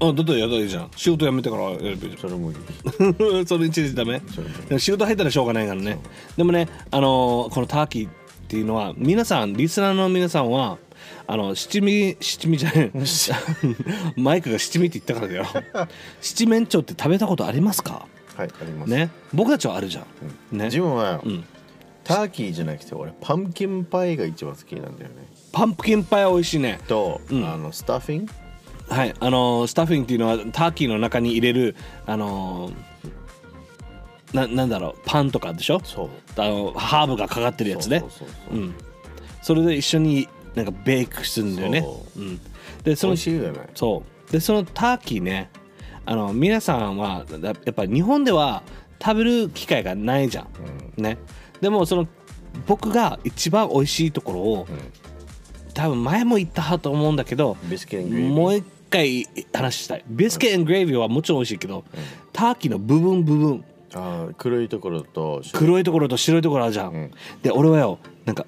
Speaker 2: た
Speaker 1: あだったらやったらいいじゃん仕事辞めてからやればいいじゃん
Speaker 2: それもいい
Speaker 1: それ一日ダメ
Speaker 2: それもいい
Speaker 1: でも仕事入ったらしょうがないからねでもねあのーこのターキーっていうのは皆さんリスナーの皆さんはあの七味七味じゃ ないマイクが七味って言ったからだよ七面鳥って食べたことありますか
Speaker 2: はいあります、
Speaker 1: ね僕たちはあるじゃん、ね
Speaker 2: ジムは、
Speaker 1: ん
Speaker 2: ターキーじゃなくて俺パンプキンパイが一番好きなんだよね
Speaker 1: パンプキンパイ美味しいね
Speaker 2: と、
Speaker 1: うん
Speaker 2: あのスタッフィング
Speaker 1: はいあのースタッフィングっていうのはターキーの中に入れるあのーななんだろうパンとかでしょ
Speaker 2: そう
Speaker 1: あのハーブがかかってるやつね
Speaker 2: そうそうそうそうう、
Speaker 1: ん、それで一緒になんかベイクするんだよね、
Speaker 2: そう
Speaker 1: ん、でそ
Speaker 2: 美
Speaker 1: の
Speaker 2: 味しいじゃない
Speaker 1: そうでそのターキーねあの皆さんはややっぱり日本では食べる機会がないじゃん、ねでもその僕が一番美味しいところを、多分前も言ったと思うんだけど
Speaker 2: ビスケットグリーン
Speaker 1: もう一回話したいビスケットグレービーはもちろん美味しいけど、ターキーの部分部分
Speaker 2: あー黒いところと
Speaker 1: 黒いところと白いところあるじゃん、
Speaker 2: ん
Speaker 1: で俺はよなんか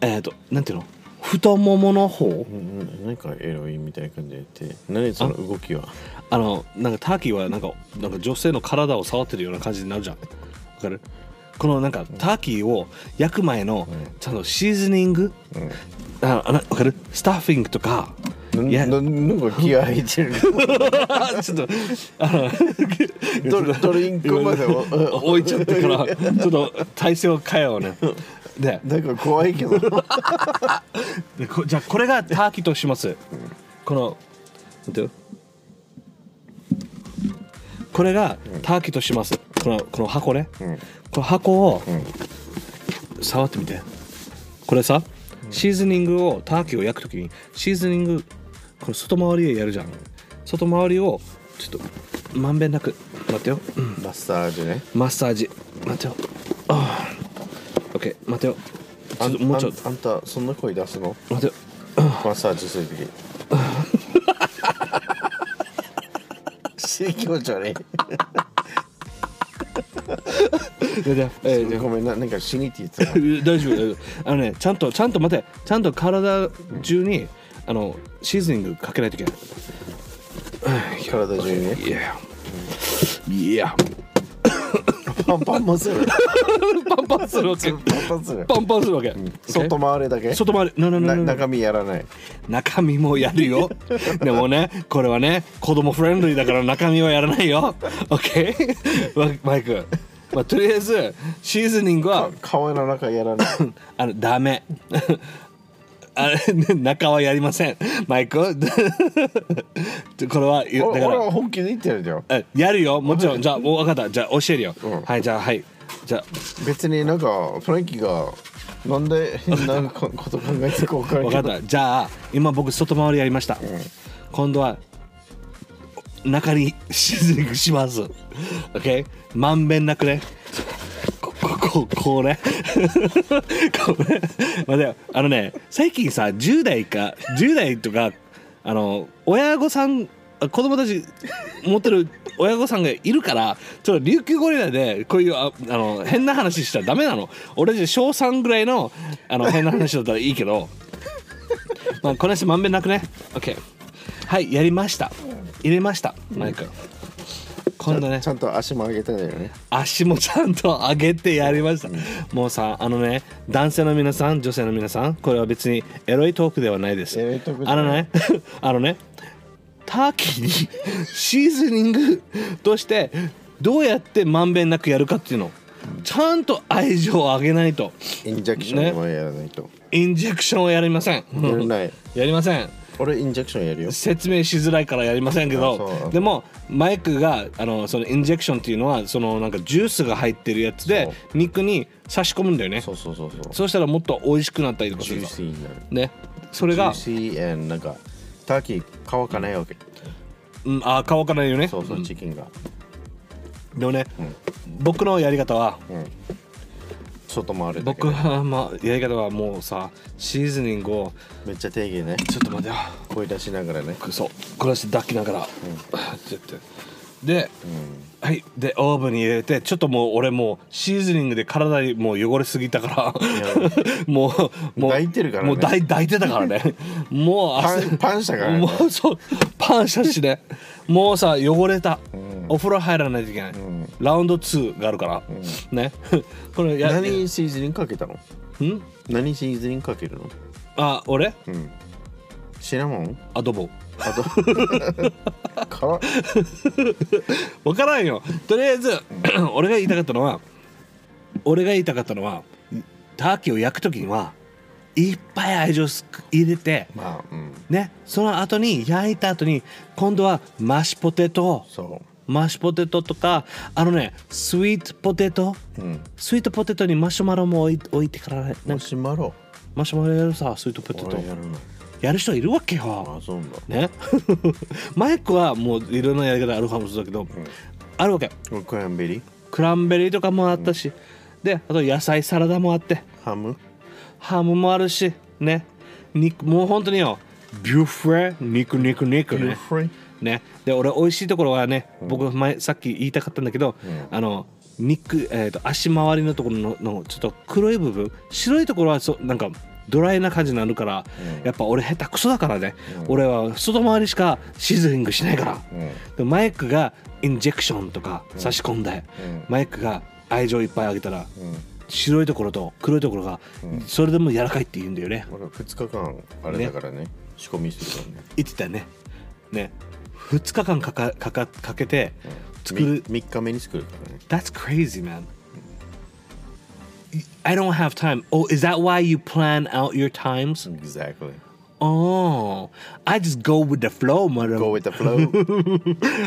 Speaker 1: えっ、ー、となんていうの太ももの方
Speaker 2: うんうんなんかエロいみたいな感じで言って何その動きは
Speaker 1: あのなんかターキーはなんかなんか女性の体を触ってるような感じになるじゃんわかるこのなんかターキーを焼く前のちゃんとシーズニング、ああなわかるスタッフィングとかいやち
Speaker 2: な
Speaker 1: ょ
Speaker 2: な
Speaker 1: っ
Speaker 2: なんか気合入ってる
Speaker 1: とあの
Speaker 2: ドリドリンクまでも
Speaker 1: 置いちゃってからちょっと体勢を変えようねで
Speaker 2: なんか怖いけど
Speaker 1: でこじゃあこれがターキーとします、この待ってよこれがターキーとしますこのこの箱ね、
Speaker 2: ん
Speaker 1: この箱を触ってみてこれさシーズニングをターキーを焼くときにシーズニングこの外回りでやるじゃん外回りをちょっとまんべんなく待ってよ、うん
Speaker 2: マッサージね
Speaker 1: マッサージ待てよあー OK 待てよちょ
Speaker 2: あ
Speaker 1: っ
Speaker 2: ん
Speaker 1: ともうちょっ
Speaker 2: あんあんたそんな声出す の
Speaker 1: と待てよ
Speaker 2: マッサージする時死に気持ち悪い
Speaker 1: いやいやえー
Speaker 2: ごめんななんか死にって言ってた
Speaker 1: 大丈夫大丈夫あのねちゃんとちゃんと待てちゃんと体中に、あのシーズニングかけないといけない
Speaker 2: 体中にね
Speaker 1: いやいや
Speaker 2: パンパンもする
Speaker 1: パンパンするわ け
Speaker 2: パンパンする
Speaker 1: パンパンするわけ、
Speaker 2: 外回れだけ
Speaker 1: 外回りななな
Speaker 2: な
Speaker 1: なな
Speaker 2: 中身やらない
Speaker 1: 中身もやる よでもねこれはね子供フレンドリーだから中身はやらないよ OK わマイク、まあ、とりあえずシーズニングは
Speaker 2: 顔の中 やらない
Speaker 1: あのダメ あれ ね中はやりませんマイク これはだ
Speaker 2: 俺
Speaker 1: か
Speaker 2: 俺
Speaker 1: ら
Speaker 2: は本気で言ってるじゃん
Speaker 1: えやるよもちろんじゃあもう分かったじゃあ教えるよ、
Speaker 2: うん
Speaker 1: はいじゃあはいじゃあ
Speaker 2: 別になんかフランキーがなんで変なこと考えてるか分からん
Speaker 1: 分
Speaker 2: け
Speaker 1: か
Speaker 2: ど
Speaker 1: ったじゃあ今僕外回りやりました、今度は中に シーズニングします OK まんべんなくねこ こここうね これまあでもあのね最近さ10代か10代とかあの親御さんあ子供たち持ってる親御さんがいるからちょっと琉球ゴリラでこういうああの変な話したらダメなの俺たち小3ぐらいのあの変な話だったらいいけどまあこの人まんべんなくね OK はいやりました入れましたマイク今度ね
Speaker 2: ちゃんと足も上げたんだよね
Speaker 1: 足もちゃんと上げてやりました、もうさあのね男性の皆さん女性の皆さんこれは別にエロいトークではないです
Speaker 2: エロいトークじ
Speaker 1: あ
Speaker 2: ゃ
Speaker 1: の
Speaker 2: な
Speaker 1: ね あのねターキーに シーズニングとしてどうやってまんべんなくやるかっていうのちゃんと愛情をあげないと
Speaker 2: インジェクションはやらないと、
Speaker 1: インジェクションをやりません
Speaker 2: やらない
Speaker 1: やりません
Speaker 2: 俺インジェクションやるよ
Speaker 1: 説明しづらいからやりませんけ
Speaker 2: あそ
Speaker 1: ど
Speaker 2: う
Speaker 1: でもマイクがあのそのインジェクションっていうのはそのなんかジュースが入ってるやつで肉に差し込むんだよね
Speaker 2: そうそうそうそう
Speaker 1: そうしたらもっと美味しくなったりとかす
Speaker 2: ジュ
Speaker 1: る
Speaker 2: ー
Speaker 1: の
Speaker 2: シーになる
Speaker 1: ねそれ
Speaker 2: ジュ
Speaker 1: が
Speaker 2: ー、シー and なんかターキー乾かないわけ
Speaker 1: うん、あー乾かないよね
Speaker 2: そうそうチキンが、
Speaker 1: でもね、僕のやり方は
Speaker 2: うん、外回るだけ
Speaker 1: 僕
Speaker 2: で
Speaker 1: はまあやり方はもうさシーズニングを
Speaker 2: めっちゃ定義ね
Speaker 1: ちょっと待てよ
Speaker 2: 声出しながらね
Speaker 1: くそこれして抱きながら、って言ってで、はいでオーブンに入れてちょっともう俺もうシーズニングで体にもう汚れすぎたから
Speaker 2: や
Speaker 1: もうもう
Speaker 2: 抱いてるからね
Speaker 1: もう抱い抱いてたからね もう
Speaker 2: パ
Speaker 1: 汗
Speaker 2: ンパンしたからね
Speaker 1: もうそうパンしたしねもうさ汚れた、お風呂入らないといけない、
Speaker 2: ん
Speaker 1: ラウンド2があるから、ね これや
Speaker 2: 何シーズニングかけたの
Speaker 1: ん
Speaker 2: 何シーズニングかけるの
Speaker 1: あ俺
Speaker 2: うんシナモン
Speaker 1: アドボ
Speaker 2: あと辛っ
Speaker 1: 分からんよとりあえず 俺が言いたかったのは俺が言いたかったのはターキーを焼く時にはいっぱい愛情すく入れて
Speaker 2: まあうん
Speaker 1: ねその後に焼いた後に今度はマッシュポテト
Speaker 2: そ
Speaker 1: マッシュポテトとかあのねスイートポテト
Speaker 2: ううん
Speaker 1: スイートポテトにマシュマロも置い置いてからねなんか
Speaker 2: マシュマロ
Speaker 1: マシュマロやるさスイートポテト
Speaker 2: 俺やるの
Speaker 1: やる人いるわけよ
Speaker 2: あそうなんだ
Speaker 1: ね マイクはもういろんなやり方あるかもしれないけど、あるわけ
Speaker 2: 俺クランベリー
Speaker 1: クランベリーとかもあったし、であと野菜サラダもあって
Speaker 2: ハム
Speaker 1: ハムもあるしね肉もう本当によビュッフェ肉肉肉ね
Speaker 2: フレ
Speaker 1: ねで俺美味しいところはね、僕前さっき言いたかったんだけど、あの肉、えー、と足回りのところののちょっと黒い部分白いところはそなんかドライな感じになるから、やっぱ俺下手くそだからね、俺は外回りしかシーズニングしないから、でマイクがインジェクションとか差し込んで、マイクが愛情いっぱいあげたら、白いところと黒いところが、それでも柔らかいって言うんだよね
Speaker 2: 俺2日間あれだからね仕込みするからね
Speaker 1: 言ってたねね2日間かかかかかけて作る、
Speaker 2: 3日目に作るからね
Speaker 1: That's crazy man I don't have time Oh is that why you plan out your times?
Speaker 2: Exactly
Speaker 1: Oh I just go with the flow mother
Speaker 2: Go with the flow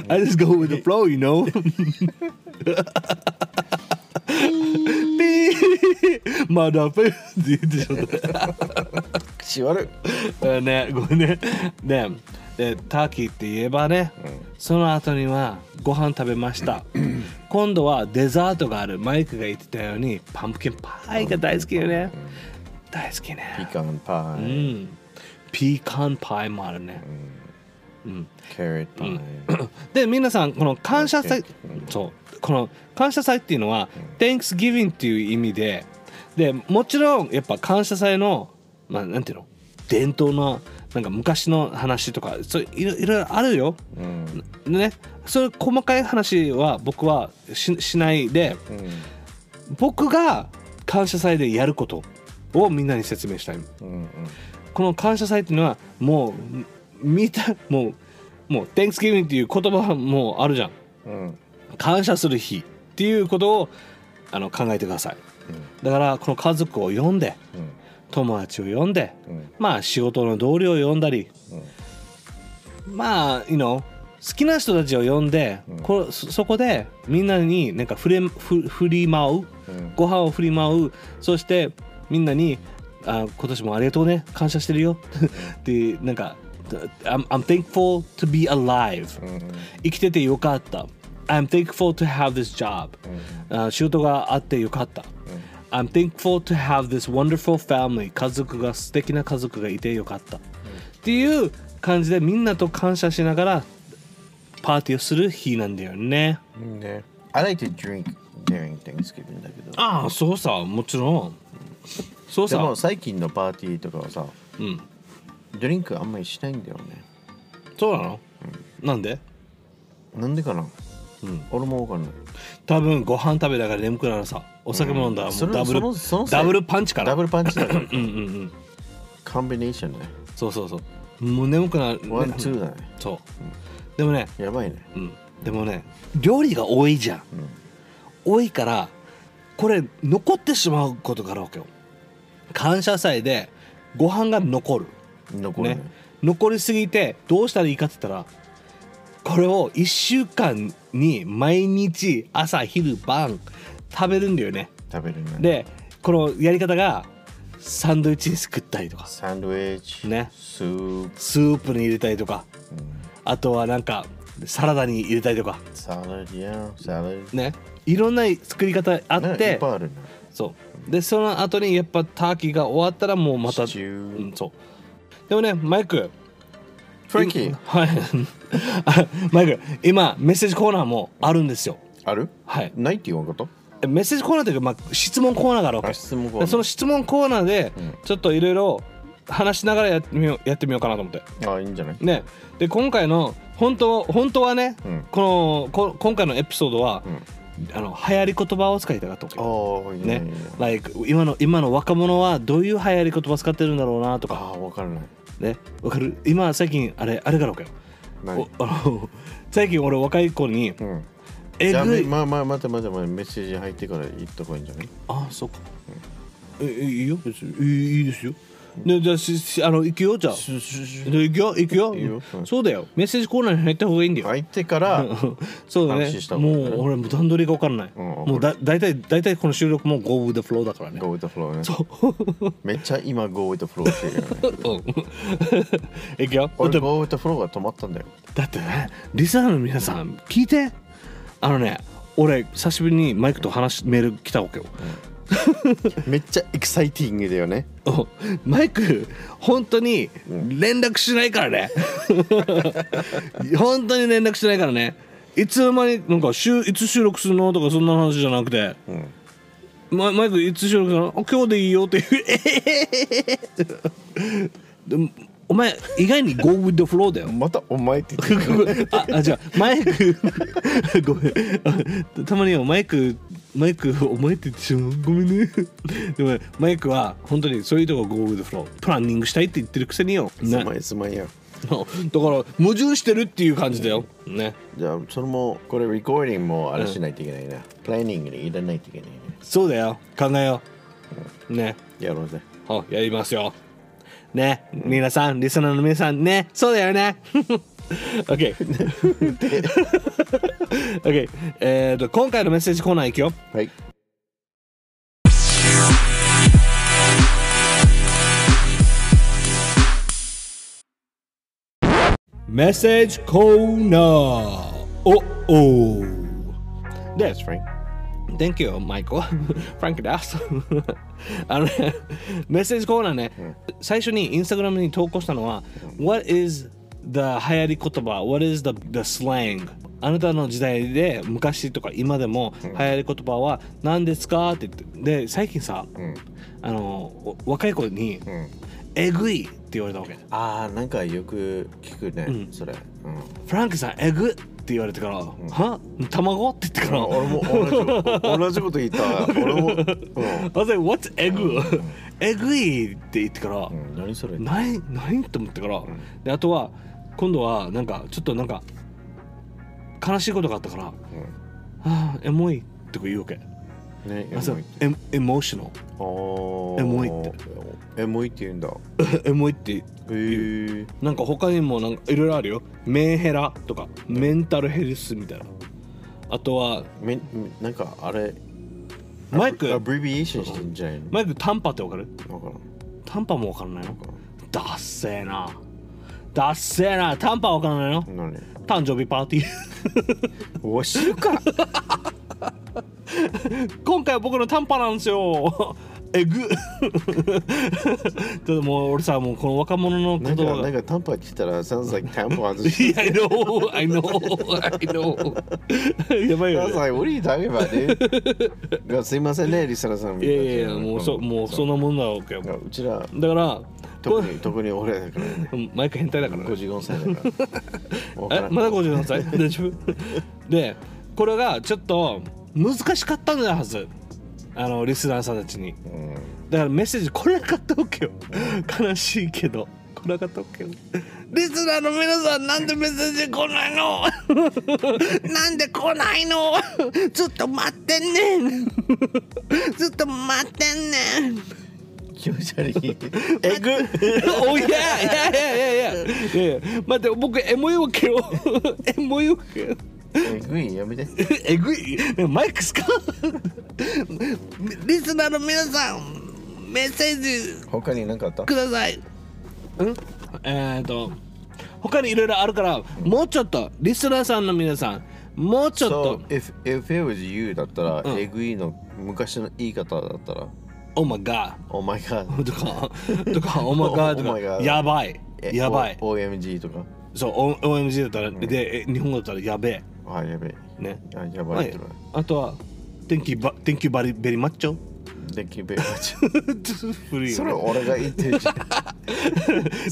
Speaker 1: I just go with the flow, you know. ピーまだ ペーって言ってしまっ
Speaker 2: しわる
Speaker 1: た。ね、ごめんね。ね、でターキーって言えばね、その後にはご飯食べました。今度はデザートがある。マイクが言ってたようにパンプキンパイが大好きよね。大好き
Speaker 2: ピ
Speaker 1: ね。
Speaker 2: カンパ
Speaker 1: う
Speaker 2: イ
Speaker 1: ん。ピーカンパイもあるね。うん。
Speaker 2: キャロットパイ
Speaker 1: で皆さんこの感謝祭
Speaker 2: Okay.
Speaker 1: そうこの感謝祭っていうのは Thanksgiving っていう意味ででもちろんやっぱ感謝祭のまあなんていうの伝統のなんか昔の話とかそういろいろいろあるよ、ねそういう細かい話は僕はししないで僕が感謝祭でやることをみんなに説明したい
Speaker 2: うんうん
Speaker 1: この感謝祭っていうのはもう見たもうもう Thanksgiving っていう言葉もあるじゃん
Speaker 2: うん
Speaker 1: 感謝する日っていうことをあの考えてくださいだからこの家族を呼んで
Speaker 2: うん
Speaker 1: 友達を呼んで、
Speaker 2: うん
Speaker 1: まあ仕事の同僚を呼んだり、まあ you know 好きな人たちを呼んで、これそそこでみんなになんか振れふ振り舞う、
Speaker 2: ん
Speaker 1: ご飯を振り舞うそしてみんなにあ今年もありがとうね感謝してるよってなんか I'm, I'm thankful to be alive、生きててよかった。I'm thankful to have this job. あ仕事があってよかった。I'm thankful to have this wonderful family. 家族が素敵な家族がいてよかった。っていう感じでみんなと感謝しながらパーティーをする日なんだよね。
Speaker 2: うんね I like to drink during Thanksgiving だけど
Speaker 1: ああ、そうさ、もちろん。そう
Speaker 2: で
Speaker 1: さ
Speaker 2: も、最近のパーティーとかはさ
Speaker 1: うん、
Speaker 2: ドリンクあんまりしないんだよね
Speaker 1: そうなの、なんで
Speaker 2: なんでかなうん、俺も分かんない
Speaker 1: 多分ご飯食べながら眠くなるさお酒も飲んだらも
Speaker 2: そうれ
Speaker 1: ダブル
Speaker 2: そのそのせい
Speaker 1: ダブルパンチかな
Speaker 2: ダブルパンチだから
Speaker 1: うんうんうん
Speaker 2: コンビネーションね
Speaker 1: そうそうそうもう眠くなるね
Speaker 2: ワンツーだね
Speaker 1: そうでもね
Speaker 2: やばいね
Speaker 1: うんでもね料理が多いじゃん
Speaker 2: うん
Speaker 1: 多いからこれ残ってしまうことがあるわけよ感謝祭でご飯が残る
Speaker 2: 残るね
Speaker 1: ね残りすぎてどうしたらいいかって言ったらこれを1週間に毎日朝昼晩食べるんだよね
Speaker 2: 食べるね
Speaker 1: でこのやり方がサンドイッチに作ったりとか
Speaker 2: サンドイッチ
Speaker 1: ね
Speaker 2: スープ、
Speaker 1: スープに入れたりとか
Speaker 2: うん
Speaker 1: あとはなんかサラダに入れたりとか
Speaker 2: サラダやサラダ
Speaker 1: ねいろんな作り方あっ
Speaker 2: ねい
Speaker 1: て、
Speaker 2: っぱいあるね
Speaker 1: そうでその後にやっぱターキーが終わったらもうまた
Speaker 2: シチュー
Speaker 1: うん、そうでもねマイク
Speaker 2: フリーキー
Speaker 1: はいあマイク今メッセージコーナーもあるんですよ
Speaker 2: ある
Speaker 1: はい
Speaker 2: ないって言わんこと
Speaker 1: えメッセージコーナーというか、まあ、質問コーナーがあるわけ
Speaker 2: あ質問コーナ
Speaker 1: で
Speaker 2: ー
Speaker 1: その質問コーナーで
Speaker 2: うん
Speaker 1: ちょっといろいろ話しながらやってみようやってみようかなと思って
Speaker 2: あいいんじゃない
Speaker 1: ねで今回の本当本当はね、
Speaker 2: うん
Speaker 1: このこ今回のエピソードは
Speaker 2: う、ん
Speaker 1: あの流行り言葉を使いたかったわけ
Speaker 2: ああいいね
Speaker 1: ね、like 今の今の若者はどういう流行り言葉使ってるんだろうなとか
Speaker 2: ああ分からない
Speaker 1: ねわかる今最近あれあれがあるわけよ
Speaker 2: 何
Speaker 1: おあの最近俺若い子に
Speaker 2: うん
Speaker 1: え
Speaker 2: じゃあ
Speaker 1: ぐい
Speaker 2: まあまあ待て待て待てメッセージ入ってから言った方がいいんじゃない
Speaker 1: あそうかええいいよ別にいいいいですよでじゃあししあの行くよじゃあ
Speaker 2: シュシュシュ
Speaker 1: で行くよ行くよ
Speaker 2: いいようん
Speaker 1: そうだよメッセージコーナーに入った方がいいんだよ、
Speaker 2: 入ってから
Speaker 1: そうだね
Speaker 2: 話した方がいい
Speaker 1: もう俺もう段取りが分からない、
Speaker 2: うん
Speaker 1: もうだ大体大体この収録も Go with the flow だからね
Speaker 2: Go with the flow ね
Speaker 1: そう
Speaker 2: めっちゃ今 Go with the flow してるよね
Speaker 1: うん 行くよだっ
Speaker 2: 俺
Speaker 1: て
Speaker 2: Go with the flow が止まったんだよ
Speaker 1: だってねリスナーの皆さん聞いてあのね俺久しぶりにマイクと話メール来たわけよ、
Speaker 2: めっちゃエキサイティングだよね
Speaker 1: おマイク本当に連絡しないからね本当に連絡しないからねいつの間になんか週いつ収録するのとかそんな話じゃなくて、
Speaker 2: ん
Speaker 1: ママイクいつ収録するのあ今日でいいよっていうでもお前意外に Go with the flow だよ
Speaker 2: またお前って言って
Speaker 1: ああじゃあマイクごめんあたまにはマイクマイクお前って言ってしまうごめんねでもマイクは本当にそういうとこ Go with the flow プランニングしたいって言ってるくせによ、ね、だ
Speaker 2: す
Speaker 1: か
Speaker 2: まいすまいや
Speaker 1: ら矛盾してるっていう感じだよね
Speaker 2: じゃあそれもこれレコーディングもあれしないといけないなプランニングに入れないといけないね
Speaker 1: そうだよ考えようね
Speaker 2: やろうぜ
Speaker 1: 好やりますよね皆さんリスナーの皆さんねそうだよね OK OK えっと今回のメッセージコーナーいくよ
Speaker 2: はい
Speaker 1: メッセージコーナーおお
Speaker 2: That's right
Speaker 1: Thank you, Michael. Frank です。 あのね、メッセージコーナーね、最初にインスタグラムに投稿したのは、What is the 流行り言葉 ?What is the, the slang? あなたの時代で昔とか今でも流行り言葉は何ですかって言って、で、最近さ、あの、お若い子に、えぐいって言われたわけ。
Speaker 2: ああなんかよく聞くね、それ、うん、
Speaker 1: フランクさんえぐって言われてから、は卵って言ってから、
Speaker 2: 俺も同じ同じこと言った俺も、う
Speaker 1: あ、
Speaker 2: ん
Speaker 1: で、what's えぐ、えぐいって言ってから、
Speaker 2: うん、何それ
Speaker 1: ない、ないと思ってから、で、あとは、今度は、なんか、ちょっとなんか。悲しいことがあったから、はあ、エモいとか言うわけ。
Speaker 2: ね
Speaker 1: あ、そう
Speaker 2: エ、
Speaker 1: エ、エモーショナ
Speaker 2: モいあー
Speaker 1: エモいって
Speaker 2: エモいって言うんだへ
Speaker 1: ル。エ モいって、
Speaker 2: えー、
Speaker 1: なんか他にも、なんか、いろいろあるよ。メンヘラとか、メンタルヘルスみたいな。あとは、
Speaker 2: めめなんかあれ
Speaker 1: マイ
Speaker 2: ア
Speaker 1: ク、
Speaker 2: ブリビエーションしてんじゃないの
Speaker 1: マイク、タンパってわかる。
Speaker 2: わからん
Speaker 1: タンパもわからないの。ダッセーな。ダッセーな、タンパわからないの。
Speaker 2: 何
Speaker 1: 誕生日パー ティー
Speaker 2: わしるか
Speaker 1: 今回は僕の短波なんですよ えぐただもう俺さもうこの若者の
Speaker 2: なん
Speaker 1: 言
Speaker 2: か
Speaker 1: 葉
Speaker 2: な
Speaker 1: が
Speaker 2: んかタンパ来たら sounds like タンパ外 し
Speaker 1: いや I know I know I know やばい
Speaker 2: I
Speaker 1: よ
Speaker 2: was
Speaker 1: ね
Speaker 2: like what are you talking about dude がすいませんねリサラさん
Speaker 1: いやいやいやもうそもうそんなもんだわけよ
Speaker 2: なうちら
Speaker 1: だから
Speaker 2: 特 に特に俺だからね
Speaker 1: 毎回変態だからね
Speaker 2: 55歳だからわから
Speaker 1: え
Speaker 2: ん
Speaker 1: まだ54歳大丈夫でこれがちょっと難しかったんだはずあのリスナーさんたちに
Speaker 2: うん
Speaker 1: だからメッセージ来なかったわけよ悲しいけど来なかったわけよリスナーの皆さんなんでメッセージ来ないのなんで来ないのずっと待ってんねんずっと待ってんねん
Speaker 2: 気持ち悪いえ ぐ
Speaker 1: おいやいやいやいやいやいやいや待って僕エモいわけよエモいわけよ
Speaker 2: えぐいやめて
Speaker 1: えぐいマイクスかリスナーの皆さんメッセージ
Speaker 2: 他に何かあった
Speaker 1: くださいうんえー、っと他にいろいろあるからもうちょっとリスナーさんの皆さんもうちょっと
Speaker 2: So, if, if it was you だったら、
Speaker 1: ん
Speaker 2: えぐいの昔の言い方だったら、
Speaker 1: オマガ
Speaker 2: Oh my god
Speaker 1: ー とかとかオマガーと
Speaker 2: Oh my God
Speaker 1: かやばい
Speaker 2: え
Speaker 1: やばい
Speaker 2: O- OMG とか。
Speaker 1: そう O- OMG だったらでえ日本語だったらやべ
Speaker 2: あ、やべえ。
Speaker 1: えね
Speaker 2: あ、やば
Speaker 1: はいい
Speaker 2: とか。
Speaker 1: あとは Thank you, bu- thank you very, very much
Speaker 2: できべ
Speaker 1: 古いよね
Speaker 2: それ俺が言ってるじゃん。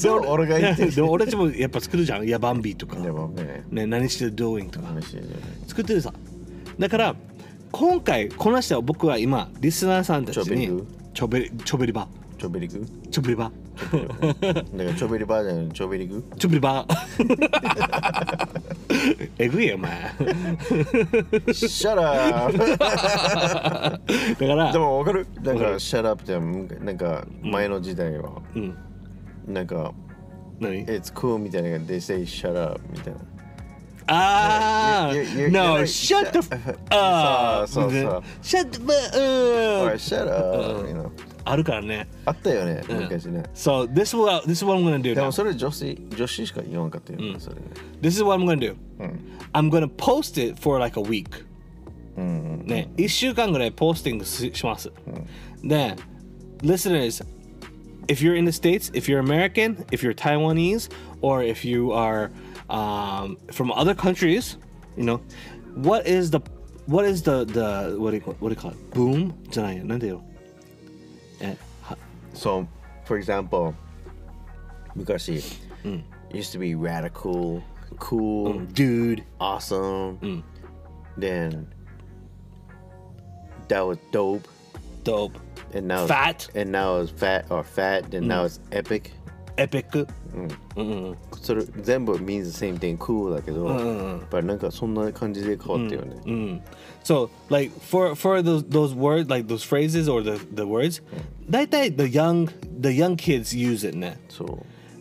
Speaker 2: それ俺が言ってる
Speaker 1: でも 俺たちもやっぱ作るじゃん。ヤバンビーとか。
Speaker 2: やばめえ。
Speaker 1: ね、何してる doing とか。
Speaker 2: 話してるじ
Speaker 1: 作ってるさ。だから、今回、この人は僕は今、リスナーさんたち
Speaker 2: ちょべり
Speaker 1: に
Speaker 2: ぐ、
Speaker 1: ちょべり、ちょべりば、
Speaker 2: ゃん。ちょべりぐ
Speaker 1: ちょべりば、
Speaker 2: だからちょべりばあじゃん。ちょべりぐ
Speaker 1: ちょべりば。えぐいよ、お前。
Speaker 2: シャラー
Speaker 1: だから、
Speaker 2: でもわかるなん
Speaker 1: わか
Speaker 2: か
Speaker 1: る
Speaker 2: シャラーってなんか前の時代は
Speaker 1: うん、
Speaker 2: なんか
Speaker 1: 何
Speaker 2: It's cool みたいな They say shut up みたいな。
Speaker 1: ああ、
Speaker 2: You- you- you-
Speaker 1: No,
Speaker 2: you're like-
Speaker 1: shut the f up!
Speaker 2: そうそうそう
Speaker 1: Shut the
Speaker 2: Or
Speaker 1: f
Speaker 2: shut up! you know
Speaker 1: あるからね。
Speaker 2: あったよね、昔ね。
Speaker 1: So this is what this is what I'm gonna do.
Speaker 2: で
Speaker 1: Now.
Speaker 2: もそれ女子女子しか言わんかったよね、それね。
Speaker 1: This is what I'm gonna do.
Speaker 2: うん。
Speaker 1: I'm gonna post it for like a week.
Speaker 2: うん。
Speaker 1: ね、1週間ぐらいポスティングしします。で、listeners, if you're in the States, if you're American, if you're Taiwanese, or if you are um, from other countries, you know, what is the what is the the what do you call what do you call it? Boom じゃないよ。なんだよ。え、は
Speaker 2: So, for example, 昔、used to be radical, cool,
Speaker 1: dude.
Speaker 2: awesome, then that was dope,
Speaker 1: Dope.
Speaker 2: and now
Speaker 1: Fat.
Speaker 2: and now it's fat or fat, then now it's epic.
Speaker 1: Epic.
Speaker 2: それ全部 means the same thing, cool だけど、やっぱりなんかそんな感じで変わったよね。
Speaker 1: So like for for those those words like those phrases or the the words, that the young the young kids use it now.
Speaker 2: そう。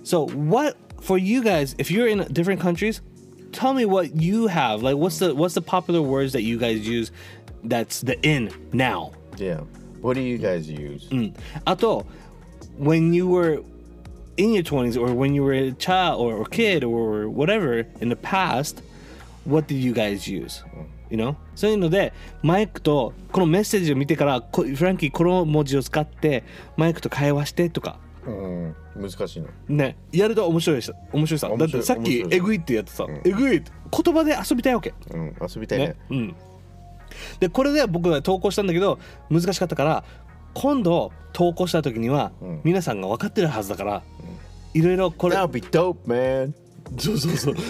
Speaker 1: So what for you guys if you're in different countries, tell me what you have. Like what's the what's the popular words that you guys use that's the in now?
Speaker 2: Yeah. What do you guys use?
Speaker 1: Ato, when you were in your 20s or when you were a child or, or kid or whatever in the past, what did you guys use? You know? そういうので、マイクとこのメッセージを見てから、こフランキーこの文字を使って、マイクと会話してとか、
Speaker 2: うん、難しいの。
Speaker 1: ね、やると面白いでした。面白いさ。だ
Speaker 2: 面白
Speaker 1: っ
Speaker 2: い
Speaker 1: てさっ
Speaker 2: 面
Speaker 1: き
Speaker 2: 白い
Speaker 1: えぐいってやってさ、えぐいって言葉で遊びたいわけ。
Speaker 2: うん、遊びたいね
Speaker 1: ね。うん、でこれで僕が投稿したんだけど難しかったから今度投稿した時には
Speaker 2: ん
Speaker 1: 皆さんが分かってるはずだから、いろいろこれ
Speaker 2: That'll be dope, man.
Speaker 1: そうそうそう ク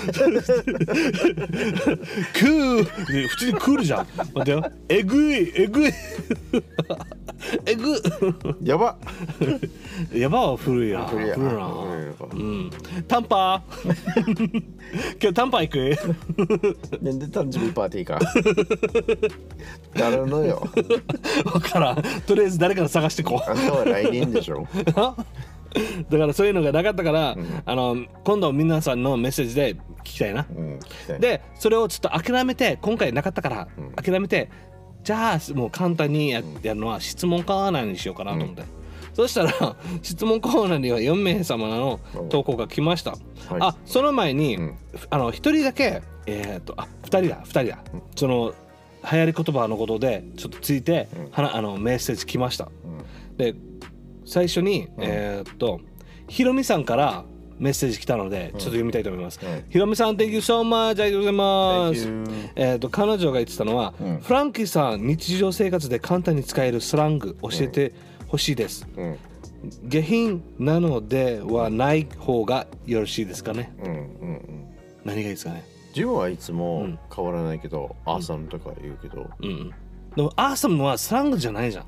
Speaker 1: ール普通にクールじゃん待ってよえぐいえぐいえぐ
Speaker 2: やば
Speaker 1: やばい古いな古いなうんタンパ ー今日タンパー行く
Speaker 2: なんで誕生日パーティーか誰のよ
Speaker 1: 分からんとりあえず誰から探してこう
Speaker 2: あんたは来年でしょ
Speaker 1: あだからそういうのがなかったから、あの今度皆さんのメッセージで聞きたいな、
Speaker 2: うん、聞きたい
Speaker 1: でそれをちょっと諦めて今回なかったから、諦めてじゃあもう簡単にややるのは質問コーナーにしようかなと思って、そしたら 質問コーナーには4名様の投稿が来ました、
Speaker 2: はい
Speaker 1: あその前に、
Speaker 2: ん
Speaker 1: あの1人だけえっ、とあ2人だ2人だ、その流行り言葉のことでちょっとついて、はなあのメッセージ来ました、で最初に、えーっとひろみさんからメッセージ来たので、ちょっと読みたいと思います、
Speaker 2: はい
Speaker 1: ひろみさん Thank you so much ありがとうございます
Speaker 2: Thank you
Speaker 1: えーっと彼女が言ってたのは、
Speaker 2: うん
Speaker 1: フランキーさん日常生活で簡単に使えるスラング教えてほしいです、
Speaker 2: うん
Speaker 1: 下品なのではない方がよろしいですかね
Speaker 2: うんうん
Speaker 1: 何がいいですかね
Speaker 2: ジムはいつも
Speaker 1: うん
Speaker 2: 変わらないけど、アーサムとか言うけど、
Speaker 1: うんでもアーサムはスラングじゃないじゃん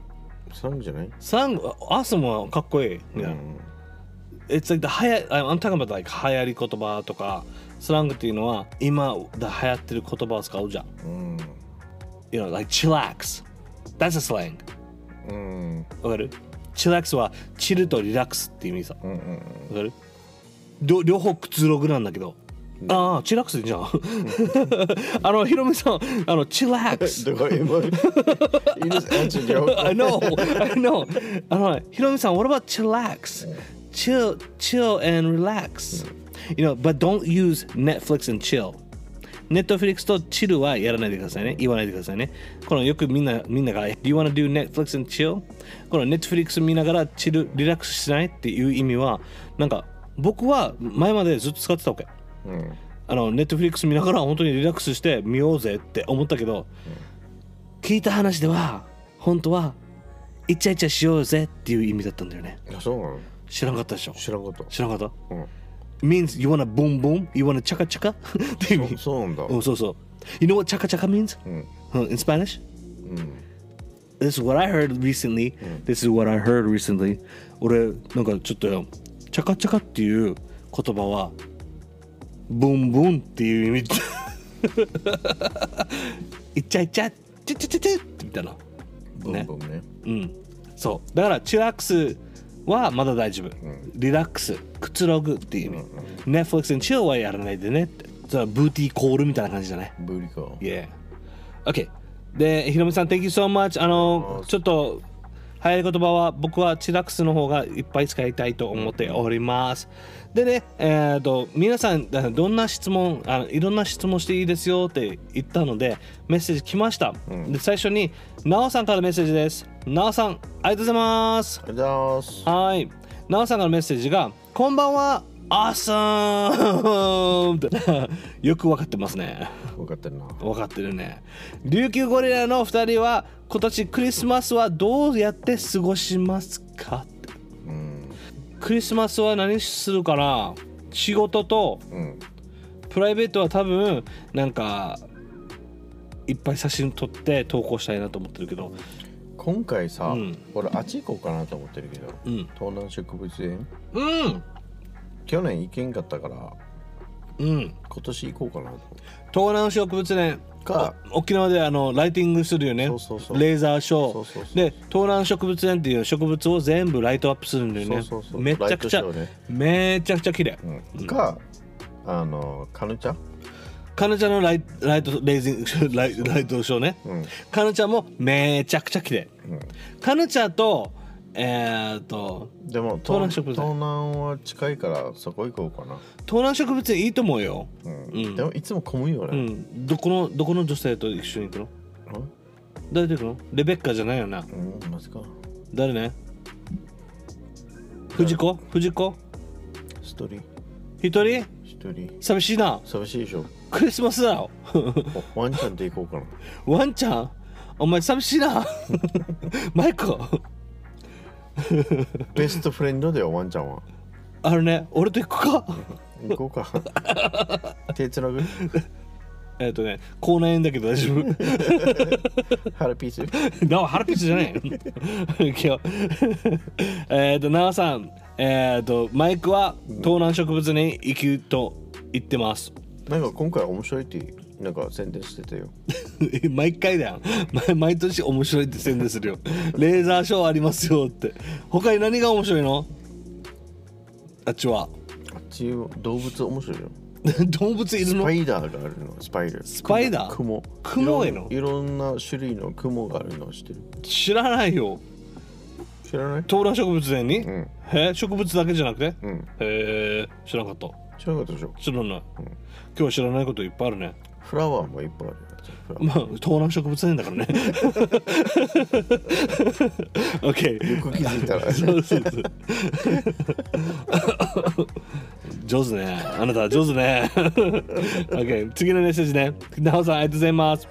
Speaker 2: サムじゃない、
Speaker 1: スラングアーサムはかっこいい、
Speaker 2: う
Speaker 1: yeah.
Speaker 2: ん
Speaker 1: It's like the はや I'm talking about like 流行り言葉とかスラングっていうのは今で流行ってる言葉を使うじゃん
Speaker 2: うん。
Speaker 1: You know like chillax That's a slang
Speaker 2: うん。
Speaker 1: わかる Chillax はチルとリラックスっていう意味さ
Speaker 2: うん。うん。
Speaker 1: わかる両両方くつろぐなんだけど、
Speaker 2: うん
Speaker 1: ああチラックスじゃん あのヒロミさんあのチラックス
Speaker 2: どこ今 You just answered your own
Speaker 1: I know I know あのヒロミさん What about chillax chill chill and relax you know but don't use Netflix and chill ネットフリックスとチルはやらないでくださいね。言わないでくださいね。このよくみんなみんなが、Do you wanna do Netflix and chill? このネットフリックス見ながらチル、リラックスしないっていう意味は、なんか僕は前までずっと使ってたわけ。
Speaker 2: うん。
Speaker 1: あのネットフリックス見ながら本当にリラックスして見ようぜって思ったけど、聞いた話では本当はイチャイチャしようぜっていう意味だったんだよね
Speaker 2: いや、そうなの
Speaker 1: 知らなかったでしょ
Speaker 2: 知らんかった。
Speaker 1: 知らなかった
Speaker 2: うん
Speaker 1: means you wanna boom boom you wanna chaka chaka っていう意味
Speaker 2: そうなんだ。
Speaker 1: うんそうそう you know what chaka chaka means
Speaker 2: うん。
Speaker 1: うん in Spanish
Speaker 2: うん。
Speaker 1: This is what I heard recently. This is what I heard recently. 俺なんかちょっとよチャカチャカっていう言葉はブンブンっていう意味 いっちゃいっちゃチュチュチュチュってみたいな
Speaker 2: ブンブンね。
Speaker 1: うんそうだからチラックスはまだ大丈夫、リラックスくつろぐっていう意味、Netflix and chill はやらないでねってそれはブーティーコールみたいな感じじゃない
Speaker 2: ブリコ。
Speaker 1: Yeah. Okay. で、ひろみさん、Thank you so much. あの、ちょっと、早い言葉は僕はチラックスの方がいっぱい使いたいと思っております。でね、えっ、と、皆さん、あどんな質問あの、いろんな質問していいですよって言ったので、メッセージ来ました。で、最初に、なおさんからメッセージです。なおさん、ありがとうございます。
Speaker 2: ありがとうございます。
Speaker 1: はい。なおさんからのメッセージが、こんばんは、アーサ ーよくわかってますね。
Speaker 2: 分かってるな。
Speaker 1: 分かってるね琉球ゴリラの2人は今年クリスマスはどうやって過ごしますか
Speaker 2: うん。
Speaker 1: クリスマスは何するかな仕事と
Speaker 2: うん。
Speaker 1: プライベートは多分なんかいっぱい写真撮って投稿したいなと思ってるけど
Speaker 2: 今回さ、
Speaker 1: うん
Speaker 2: 俺あっち行こうかなと思ってるけど、
Speaker 1: うん
Speaker 2: 東南植物園
Speaker 1: うん
Speaker 2: 去年行けんかったから
Speaker 1: うん
Speaker 2: 今年行こうかなと
Speaker 1: 東南植物園
Speaker 2: か
Speaker 1: お沖縄であのライティングするよね
Speaker 2: そうそうそう
Speaker 1: レーザーショー
Speaker 2: そうそうそう
Speaker 1: で東南植物園っていう植物を全部ライトアップするんだよね
Speaker 2: そうそうそう
Speaker 1: めちゃくちゃ、
Speaker 2: ライトショーね
Speaker 1: めちゃくちゃ綺麗
Speaker 2: 思って、うん、かあのカヌチャ
Speaker 1: 彼女のライライトレイジング ライライトショーね、
Speaker 2: うん
Speaker 1: 彼女もめちゃくちゃ綺麗
Speaker 2: う
Speaker 1: 彼女とえー、っと
Speaker 2: ん、でも
Speaker 1: 東南植物園
Speaker 2: 東南は近いからそこ行こうかな、
Speaker 1: 東南植物園いいと思うよ、
Speaker 2: うん
Speaker 1: うん
Speaker 2: でもいつも混むよ
Speaker 1: う
Speaker 2: ね、
Speaker 1: ん、どこのどこの女性と一緒に行くの誰と行くのレベッカじゃないよな
Speaker 2: うん、うん、マジか
Speaker 1: 誰ね藤子藤子
Speaker 2: 一人
Speaker 1: 一人
Speaker 2: 一人
Speaker 1: 寂しいな
Speaker 2: 寂しいでしょ
Speaker 1: クリスマスだよ
Speaker 2: おワンちゃんと行こうかな
Speaker 1: ワンちゃんお前寂しいな マイコ
Speaker 2: ベストフレンドだよワンちゃんは
Speaker 1: あのね俺と行くか
Speaker 2: 行こ うか手つなぐ
Speaker 1: えっとね、口内炎だけど大丈夫。
Speaker 2: ハルピース
Speaker 1: なお、腹ピッチじゃない。今日。えっと、なおさん、えっ、と、マイクは東南植物に行くと言ってます。
Speaker 2: なんか今回面白いってなんか宣伝してたよ。
Speaker 1: 毎回だよ。毎毎年面白いって宣伝するよ。レーザーショーありますよって。他に何が面白いのあっちは。
Speaker 2: あっち動物面白いよ。
Speaker 1: 動物いる
Speaker 2: スパ
Speaker 1: の
Speaker 2: イダーがあるの、スパイダー。
Speaker 1: スパイダー
Speaker 2: クモ。
Speaker 1: クモへの
Speaker 2: いろんいろんな種類のクモがあるの知ってる。
Speaker 1: 知らないよ。
Speaker 2: 知らない
Speaker 1: 東南植物園に、
Speaker 2: うん。
Speaker 1: へえ植物だけじゃなくて
Speaker 2: うん。
Speaker 1: へえ知らなかった。
Speaker 2: 知らなかったでしょ。
Speaker 1: 知らない、今日知らないこといっぱいあるね
Speaker 2: フラワーもいっぱいあるよ。フラワ
Speaker 1: まあ東南植物園だから ね
Speaker 2: ー
Speaker 1: OK
Speaker 2: よく気づいたら。
Speaker 1: そうそうそう上手ねあなた上手ね OK 次のメッセージねなおさんありがとうございます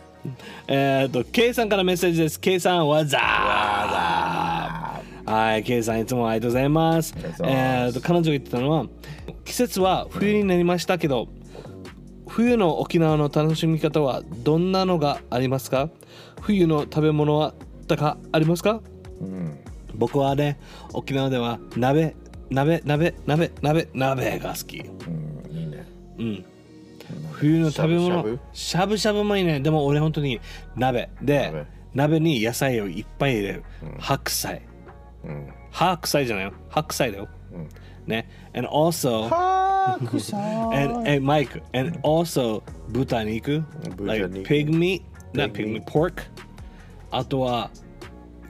Speaker 1: えーっと K さんからメッセージです K さんわざはい K さんいつもありがとうございます
Speaker 2: りがとうございます
Speaker 1: えーっと彼女が言ってたのは季節は冬になりましたけど冬の沖縄の楽しみ方はどんなのがありますか冬の食べ物はたかありますか
Speaker 2: うん
Speaker 1: 僕はね沖縄では鍋鍋鍋鍋鍋鍋が好き
Speaker 2: うんいいね
Speaker 1: うん冬の食べ
Speaker 2: しゃ
Speaker 1: 物
Speaker 2: ぶしゃぶ
Speaker 1: しゃぶしゃぶもいいねでも俺本当に鍋で
Speaker 2: 鍋
Speaker 1: 鍋に野菜をいっぱい入れる、
Speaker 2: うん
Speaker 1: 白菜
Speaker 2: うん
Speaker 1: 白菜じゃないよ白菜だよ
Speaker 2: うん
Speaker 1: ね and also
Speaker 2: はーくさー
Speaker 1: and, and Mike and also 豚肉
Speaker 2: 豚
Speaker 1: like
Speaker 2: 肉
Speaker 1: pig meat not
Speaker 2: Pig
Speaker 1: pig meat
Speaker 2: meat
Speaker 1: pork あとは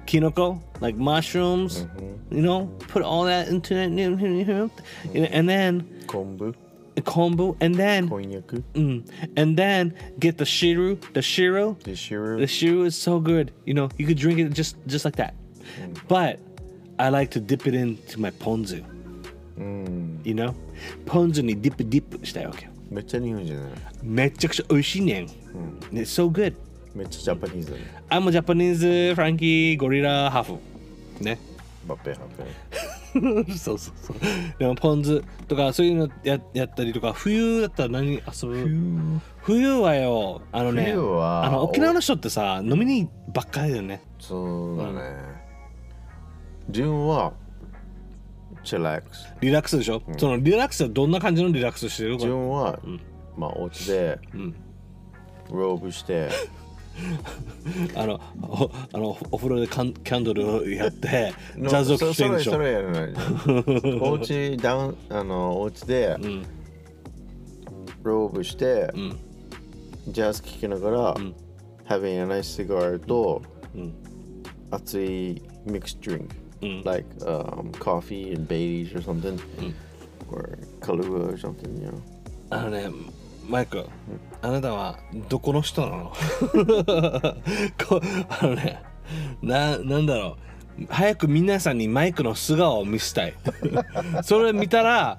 Speaker 1: キノコ like mushrooms、you know, put all that into it, and then
Speaker 2: 昆布
Speaker 1: kombu, and then
Speaker 2: こんにゃく
Speaker 1: mm, and then get the shiru, the shiro.
Speaker 2: でしゅ
Speaker 1: The
Speaker 2: る
Speaker 1: shiru is so good, you know, you could drink it just just like that. But I like to dip it into my ponzu,
Speaker 2: うん、
Speaker 1: you know, ponzu ni dip dip したいわけ。
Speaker 2: めっちゃ日本じゃない
Speaker 1: めちゃくちゃ美味しいねん。It's so good.
Speaker 2: めっちゃジャパニーズだね
Speaker 1: I'm a Japanese Frankie Gorilla half. ね。
Speaker 2: バッペハッペ
Speaker 1: そうそうそう。でもポン酢とかそういうのややったりとか、冬だったら何遊ぶ冬はよ、あのね、
Speaker 2: 冬は
Speaker 1: あの沖縄の人ってさ、飲みにばっかりだよね。
Speaker 2: そうだねジュンはチラックス
Speaker 1: リラックスでしょ、そのリラックスはどんな感じのリラックスしてるこ
Speaker 2: ジ
Speaker 1: れ
Speaker 2: ュンはまあお家でローブして
Speaker 1: あのおあのお風呂でカンキャンドルをやって、 ジ
Speaker 2: の
Speaker 1: ャズを聴いてるでし
Speaker 2: そ
Speaker 1: ょ
Speaker 2: れそれやらないじゃんお家ダウンあのお家で
Speaker 1: ん
Speaker 2: ローブして、ジャズ聴きながら、having a nice cigar と、熱い mixed drink、like、um, coffee and Baileys or something、or Kahlua or something you know
Speaker 1: あのね、マイク、あなたはどこの人なの こあのねな、なんだろう、早く皆さんにマイクの素顔を見せたい。 それ見たら、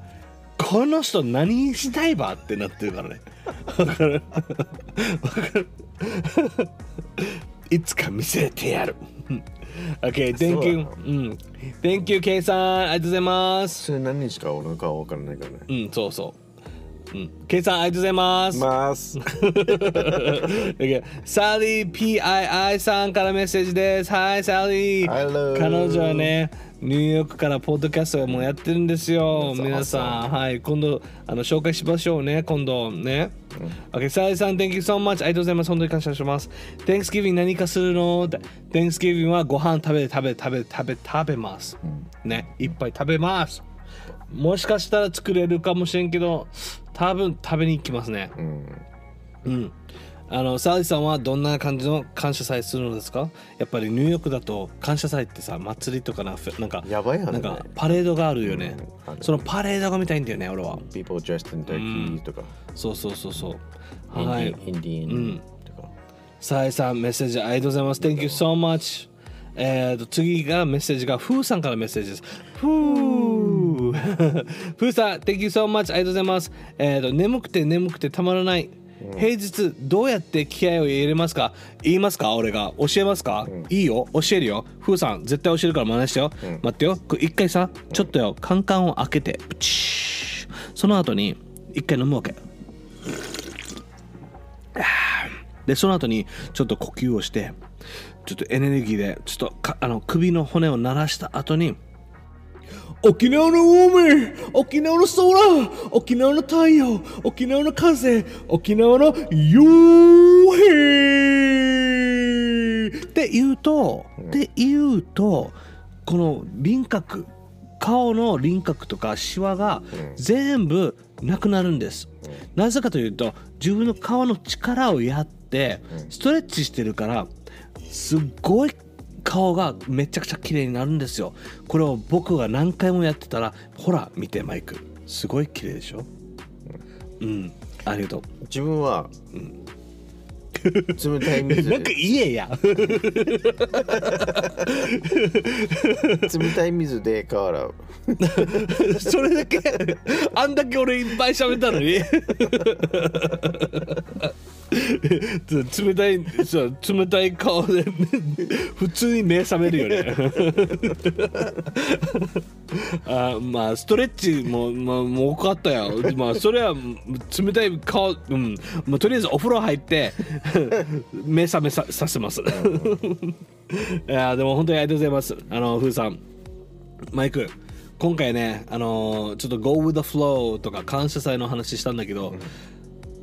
Speaker 1: この人何したいばってなってるからね。わかるわかるいつか見せてやる。OK,
Speaker 2: そう
Speaker 1: thank you.
Speaker 2: なの
Speaker 1: うん。Thank you, K さん。ありがとうございます。
Speaker 2: それ何日か俺の顔わからないからね
Speaker 1: うん、そうそう。うん、ケイさん、ありがとうございます。
Speaker 2: ます
Speaker 1: OK サリー PII さんからメッセージです。はい、サリー。
Speaker 2: Hello
Speaker 1: 彼女はね、ニューヨークからポッドキャストもやってるんですよ。
Speaker 2: That's
Speaker 1: 皆さん、はい、今度あの紹介しましょうね、今度ね。OK、サリーさん、Thank you so much。ありがとうございます。本当に感謝します。Thanksgiving 何かするのって ?Thanksgiving はご飯食べ、食べ、食べ、食べ、食べます。ね、いっぱい食べます。もしかしたら作れるかもしれんけど、多分食べに行きますね。
Speaker 2: うん
Speaker 1: うん。あの、サーリさんはどんな感じの感謝祭するのですかやっぱりニューヨークだと感謝祭ってさ、祭りとかな、ふなんか、
Speaker 2: やばい話
Speaker 1: な
Speaker 2: ね
Speaker 1: んかパレードがあるよね
Speaker 2: うんあ。る
Speaker 1: そのパレードが見たいんだよね、俺は。
Speaker 2: people dressed in turkey とか
Speaker 1: そうそうそうそう。は
Speaker 2: イ
Speaker 1: い
Speaker 2: ンデ。ィインディーンとか
Speaker 1: サーリさん、メッセージありがとうございます。Thank you so much. えーと次がメッセージがフーさんからメッセージです。フーフーさん、Thank you so much. ありがとうございます。えーと眠くて眠くてたまらない。平日どうやって気合を入れますか言いますか俺が教えますか、いいよ教えるよフーさん絶対教えるから真似してよ、待ってよこれ一回さちょっとよカンカンを開けてプチーその後に一回飲むわけでその後にちょっと呼吸をしてちょっとエネルギーでちょっとかあの首の骨を鳴らした後に沖縄の海沖縄の空沖縄の太陽沖縄の風沖縄の夕日って言うと、って言うとこの輪郭顔の輪郭とかシワが全部なくなるんです、なぜかというと自分の顔の力をやってストレッチしてるからすっごい顔がめちゃくちゃ綺麗になるんですよこれを僕が何回もやってたらほら見てマイクすごい綺麗でしょうんありがとう
Speaker 2: 自分は冷たい水
Speaker 1: なんか言えや
Speaker 2: 冷たい水で顔洗う
Speaker 1: それだ けあんだけ俺いっぱい喋ったのに冷たいそう冷たい顔で普通に目覚めるよね あまあストレッチも、まあ、もう多かったよまあそれは冷たい顔、うんまあ、とりあえずお風呂入って 目覚めささせます いやでも本当にありがとうございますあのふーさんマイク今回ねあのちょっと Go with the flow とか感謝祭の話したんだけど、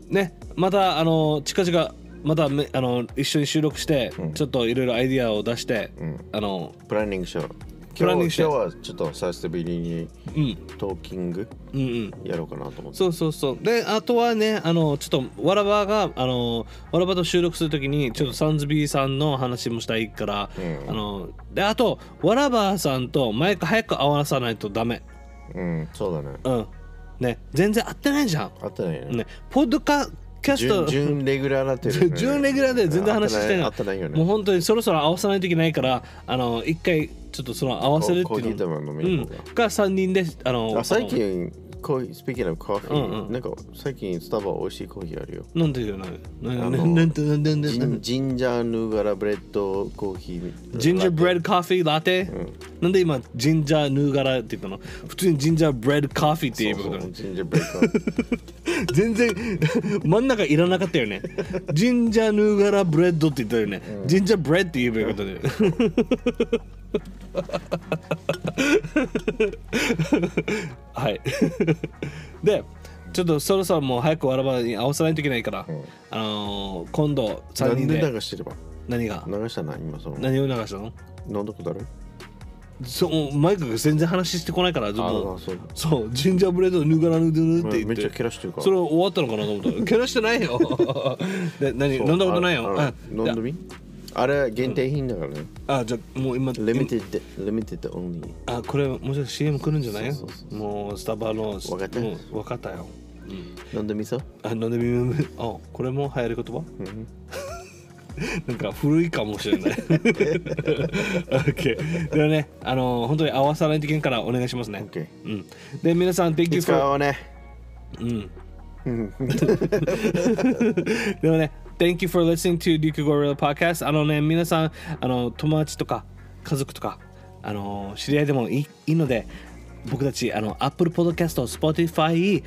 Speaker 1: ねまたあの近々まためあの一緒に収録して、
Speaker 2: うん
Speaker 1: ちょっといろいろアイディアを出して、
Speaker 2: ん
Speaker 1: あの
Speaker 2: プランニングショー
Speaker 1: プランニン
Speaker 2: 今
Speaker 1: グ
Speaker 2: 日
Speaker 1: ショー
Speaker 2: 今日はちょっと久しぶりに
Speaker 1: うん
Speaker 2: トーキング
Speaker 1: うんうん
Speaker 2: やろうかなと思って
Speaker 1: そうそうそうであとはねあのちょっとわらばがあのわらばと収録するときにちょっとサンズビーさんの話もしたいから、
Speaker 2: うん
Speaker 1: あのであとわらばさんとマイク早く合わさないとダメ
Speaker 2: うんそうだね
Speaker 1: うんね全然合ってないじゃ
Speaker 2: あったね
Speaker 1: んねポッドカキャスト
Speaker 2: 準準レギュラーになってる よね
Speaker 1: 準レギュラーで全然話してない
Speaker 2: あったないよね
Speaker 1: もう本当にそろそろ合わさないといけないからあの一回ちょっとその合わせるって
Speaker 2: コーヒ
Speaker 1: い
Speaker 2: ー
Speaker 1: う
Speaker 2: で
Speaker 1: の
Speaker 2: も飲み
Speaker 1: う
Speaker 2: に
Speaker 1: ん
Speaker 2: 行こうか
Speaker 1: が3人であの
Speaker 2: あ最近コーヒー speaking of
Speaker 1: うんう
Speaker 2: coffee
Speaker 1: ん
Speaker 2: なんか最近スタバ美味しいコーヒーあるよ
Speaker 1: 飲んでるよなな
Speaker 2: あの
Speaker 1: ななんてなんてなん
Speaker 2: ジ
Speaker 1: てなん
Speaker 2: ン
Speaker 1: て
Speaker 2: ジンジャーヌーガラブレッドコーヒー
Speaker 1: ジンジャーブレッドコーヒーラテなんで今ジンジャーヌーガラって言ったの普通にジンジャーブレッドコーヒーって言えばよ
Speaker 2: そ
Speaker 1: か
Speaker 2: う
Speaker 1: っ
Speaker 2: そ
Speaker 1: た
Speaker 2: う
Speaker 1: の
Speaker 2: ジンジャーブレッ ドコーヒー
Speaker 1: 全然真ん中いらなかったよねジンジャーヌーガラブレッドって言ったよねジンジャーブレッドって言えばよかったねはい。で、ちょっとそろそろもう早くわらばに合わさないといけないから、あのー今度3
Speaker 2: なん
Speaker 1: 人
Speaker 2: で
Speaker 1: で
Speaker 2: 流してれば
Speaker 1: 何が
Speaker 2: 流したな今その
Speaker 1: 何を流したの
Speaker 2: 飲んだことある
Speaker 1: そうマイクが全然話してこないから、も
Speaker 2: あ
Speaker 1: う
Speaker 2: あそう
Speaker 1: そう、ジンジャーブレッドぬがらぬぬぬって言って。
Speaker 2: めっちゃ蹴らしてるから
Speaker 1: それ終わったのかなと思った。けなしてないよ。 で何
Speaker 2: そう
Speaker 1: 飲んだことないよ。
Speaker 2: ああ
Speaker 1: あ
Speaker 2: 飲んでみあれ限定品だからね
Speaker 1: あじゃあもう今
Speaker 2: リミテッドリミテッドオンリー
Speaker 1: あこれもしかして CM 来るんじゃない
Speaker 2: そうそうそう
Speaker 1: もうスタバの
Speaker 2: わかった
Speaker 1: もうわかったよ。
Speaker 2: 飲んでみそう
Speaker 1: あ飲んでみる。あこれも流行る言葉？
Speaker 2: うん
Speaker 1: なんか古いかもしれない。OK。ではね、あの本当に合わさないといけんからお願いしますね。
Speaker 2: OK
Speaker 1: うん。で皆さん Thank you
Speaker 2: いつか
Speaker 1: for
Speaker 2: はね
Speaker 1: うん。
Speaker 2: うん
Speaker 1: でもね、Thank you for listening to Duke Gorilla Podcast。あのね、皆さん、あの友達とか家族とか、あの知り合いでもいいいいので、僕たち、あの Apple Podcast、Spotify、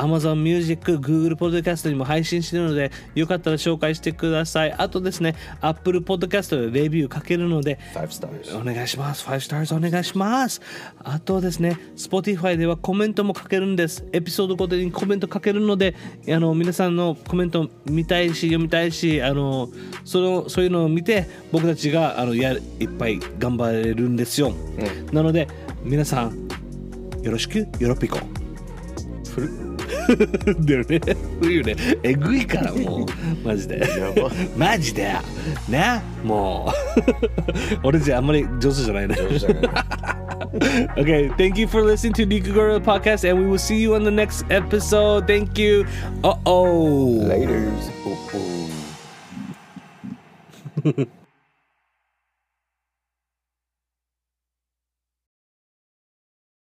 Speaker 1: Amazon Music、Google Podcast にも配信しているので、よかったら紹介してください。あとですね、Apple Podcast でレビューかけるので、
Speaker 2: 5 stars
Speaker 1: お願いします。5 stars お願いします。あとですね、Spotify ではコメントも書けるんです。エピソードごとにコメント書けるので、あの皆さんのコメント見たいし、読みたいし、あのそのそういうのを見て、僕たちがあのやいっぱい頑張れるんですよ。なので、皆さん、よろしく、よろぴこ。
Speaker 2: フ
Speaker 1: だよ
Speaker 2: ル
Speaker 1: ね。冬ね、えぐいからもう、マジで。
Speaker 2: やば
Speaker 1: マジでねもう 俺じゃあんまり上手じゃないね okay thank you for listening to Niku Gorilla podcast and we will see you on the next episode thank you uh oh
Speaker 2: Laters. Oh, oh.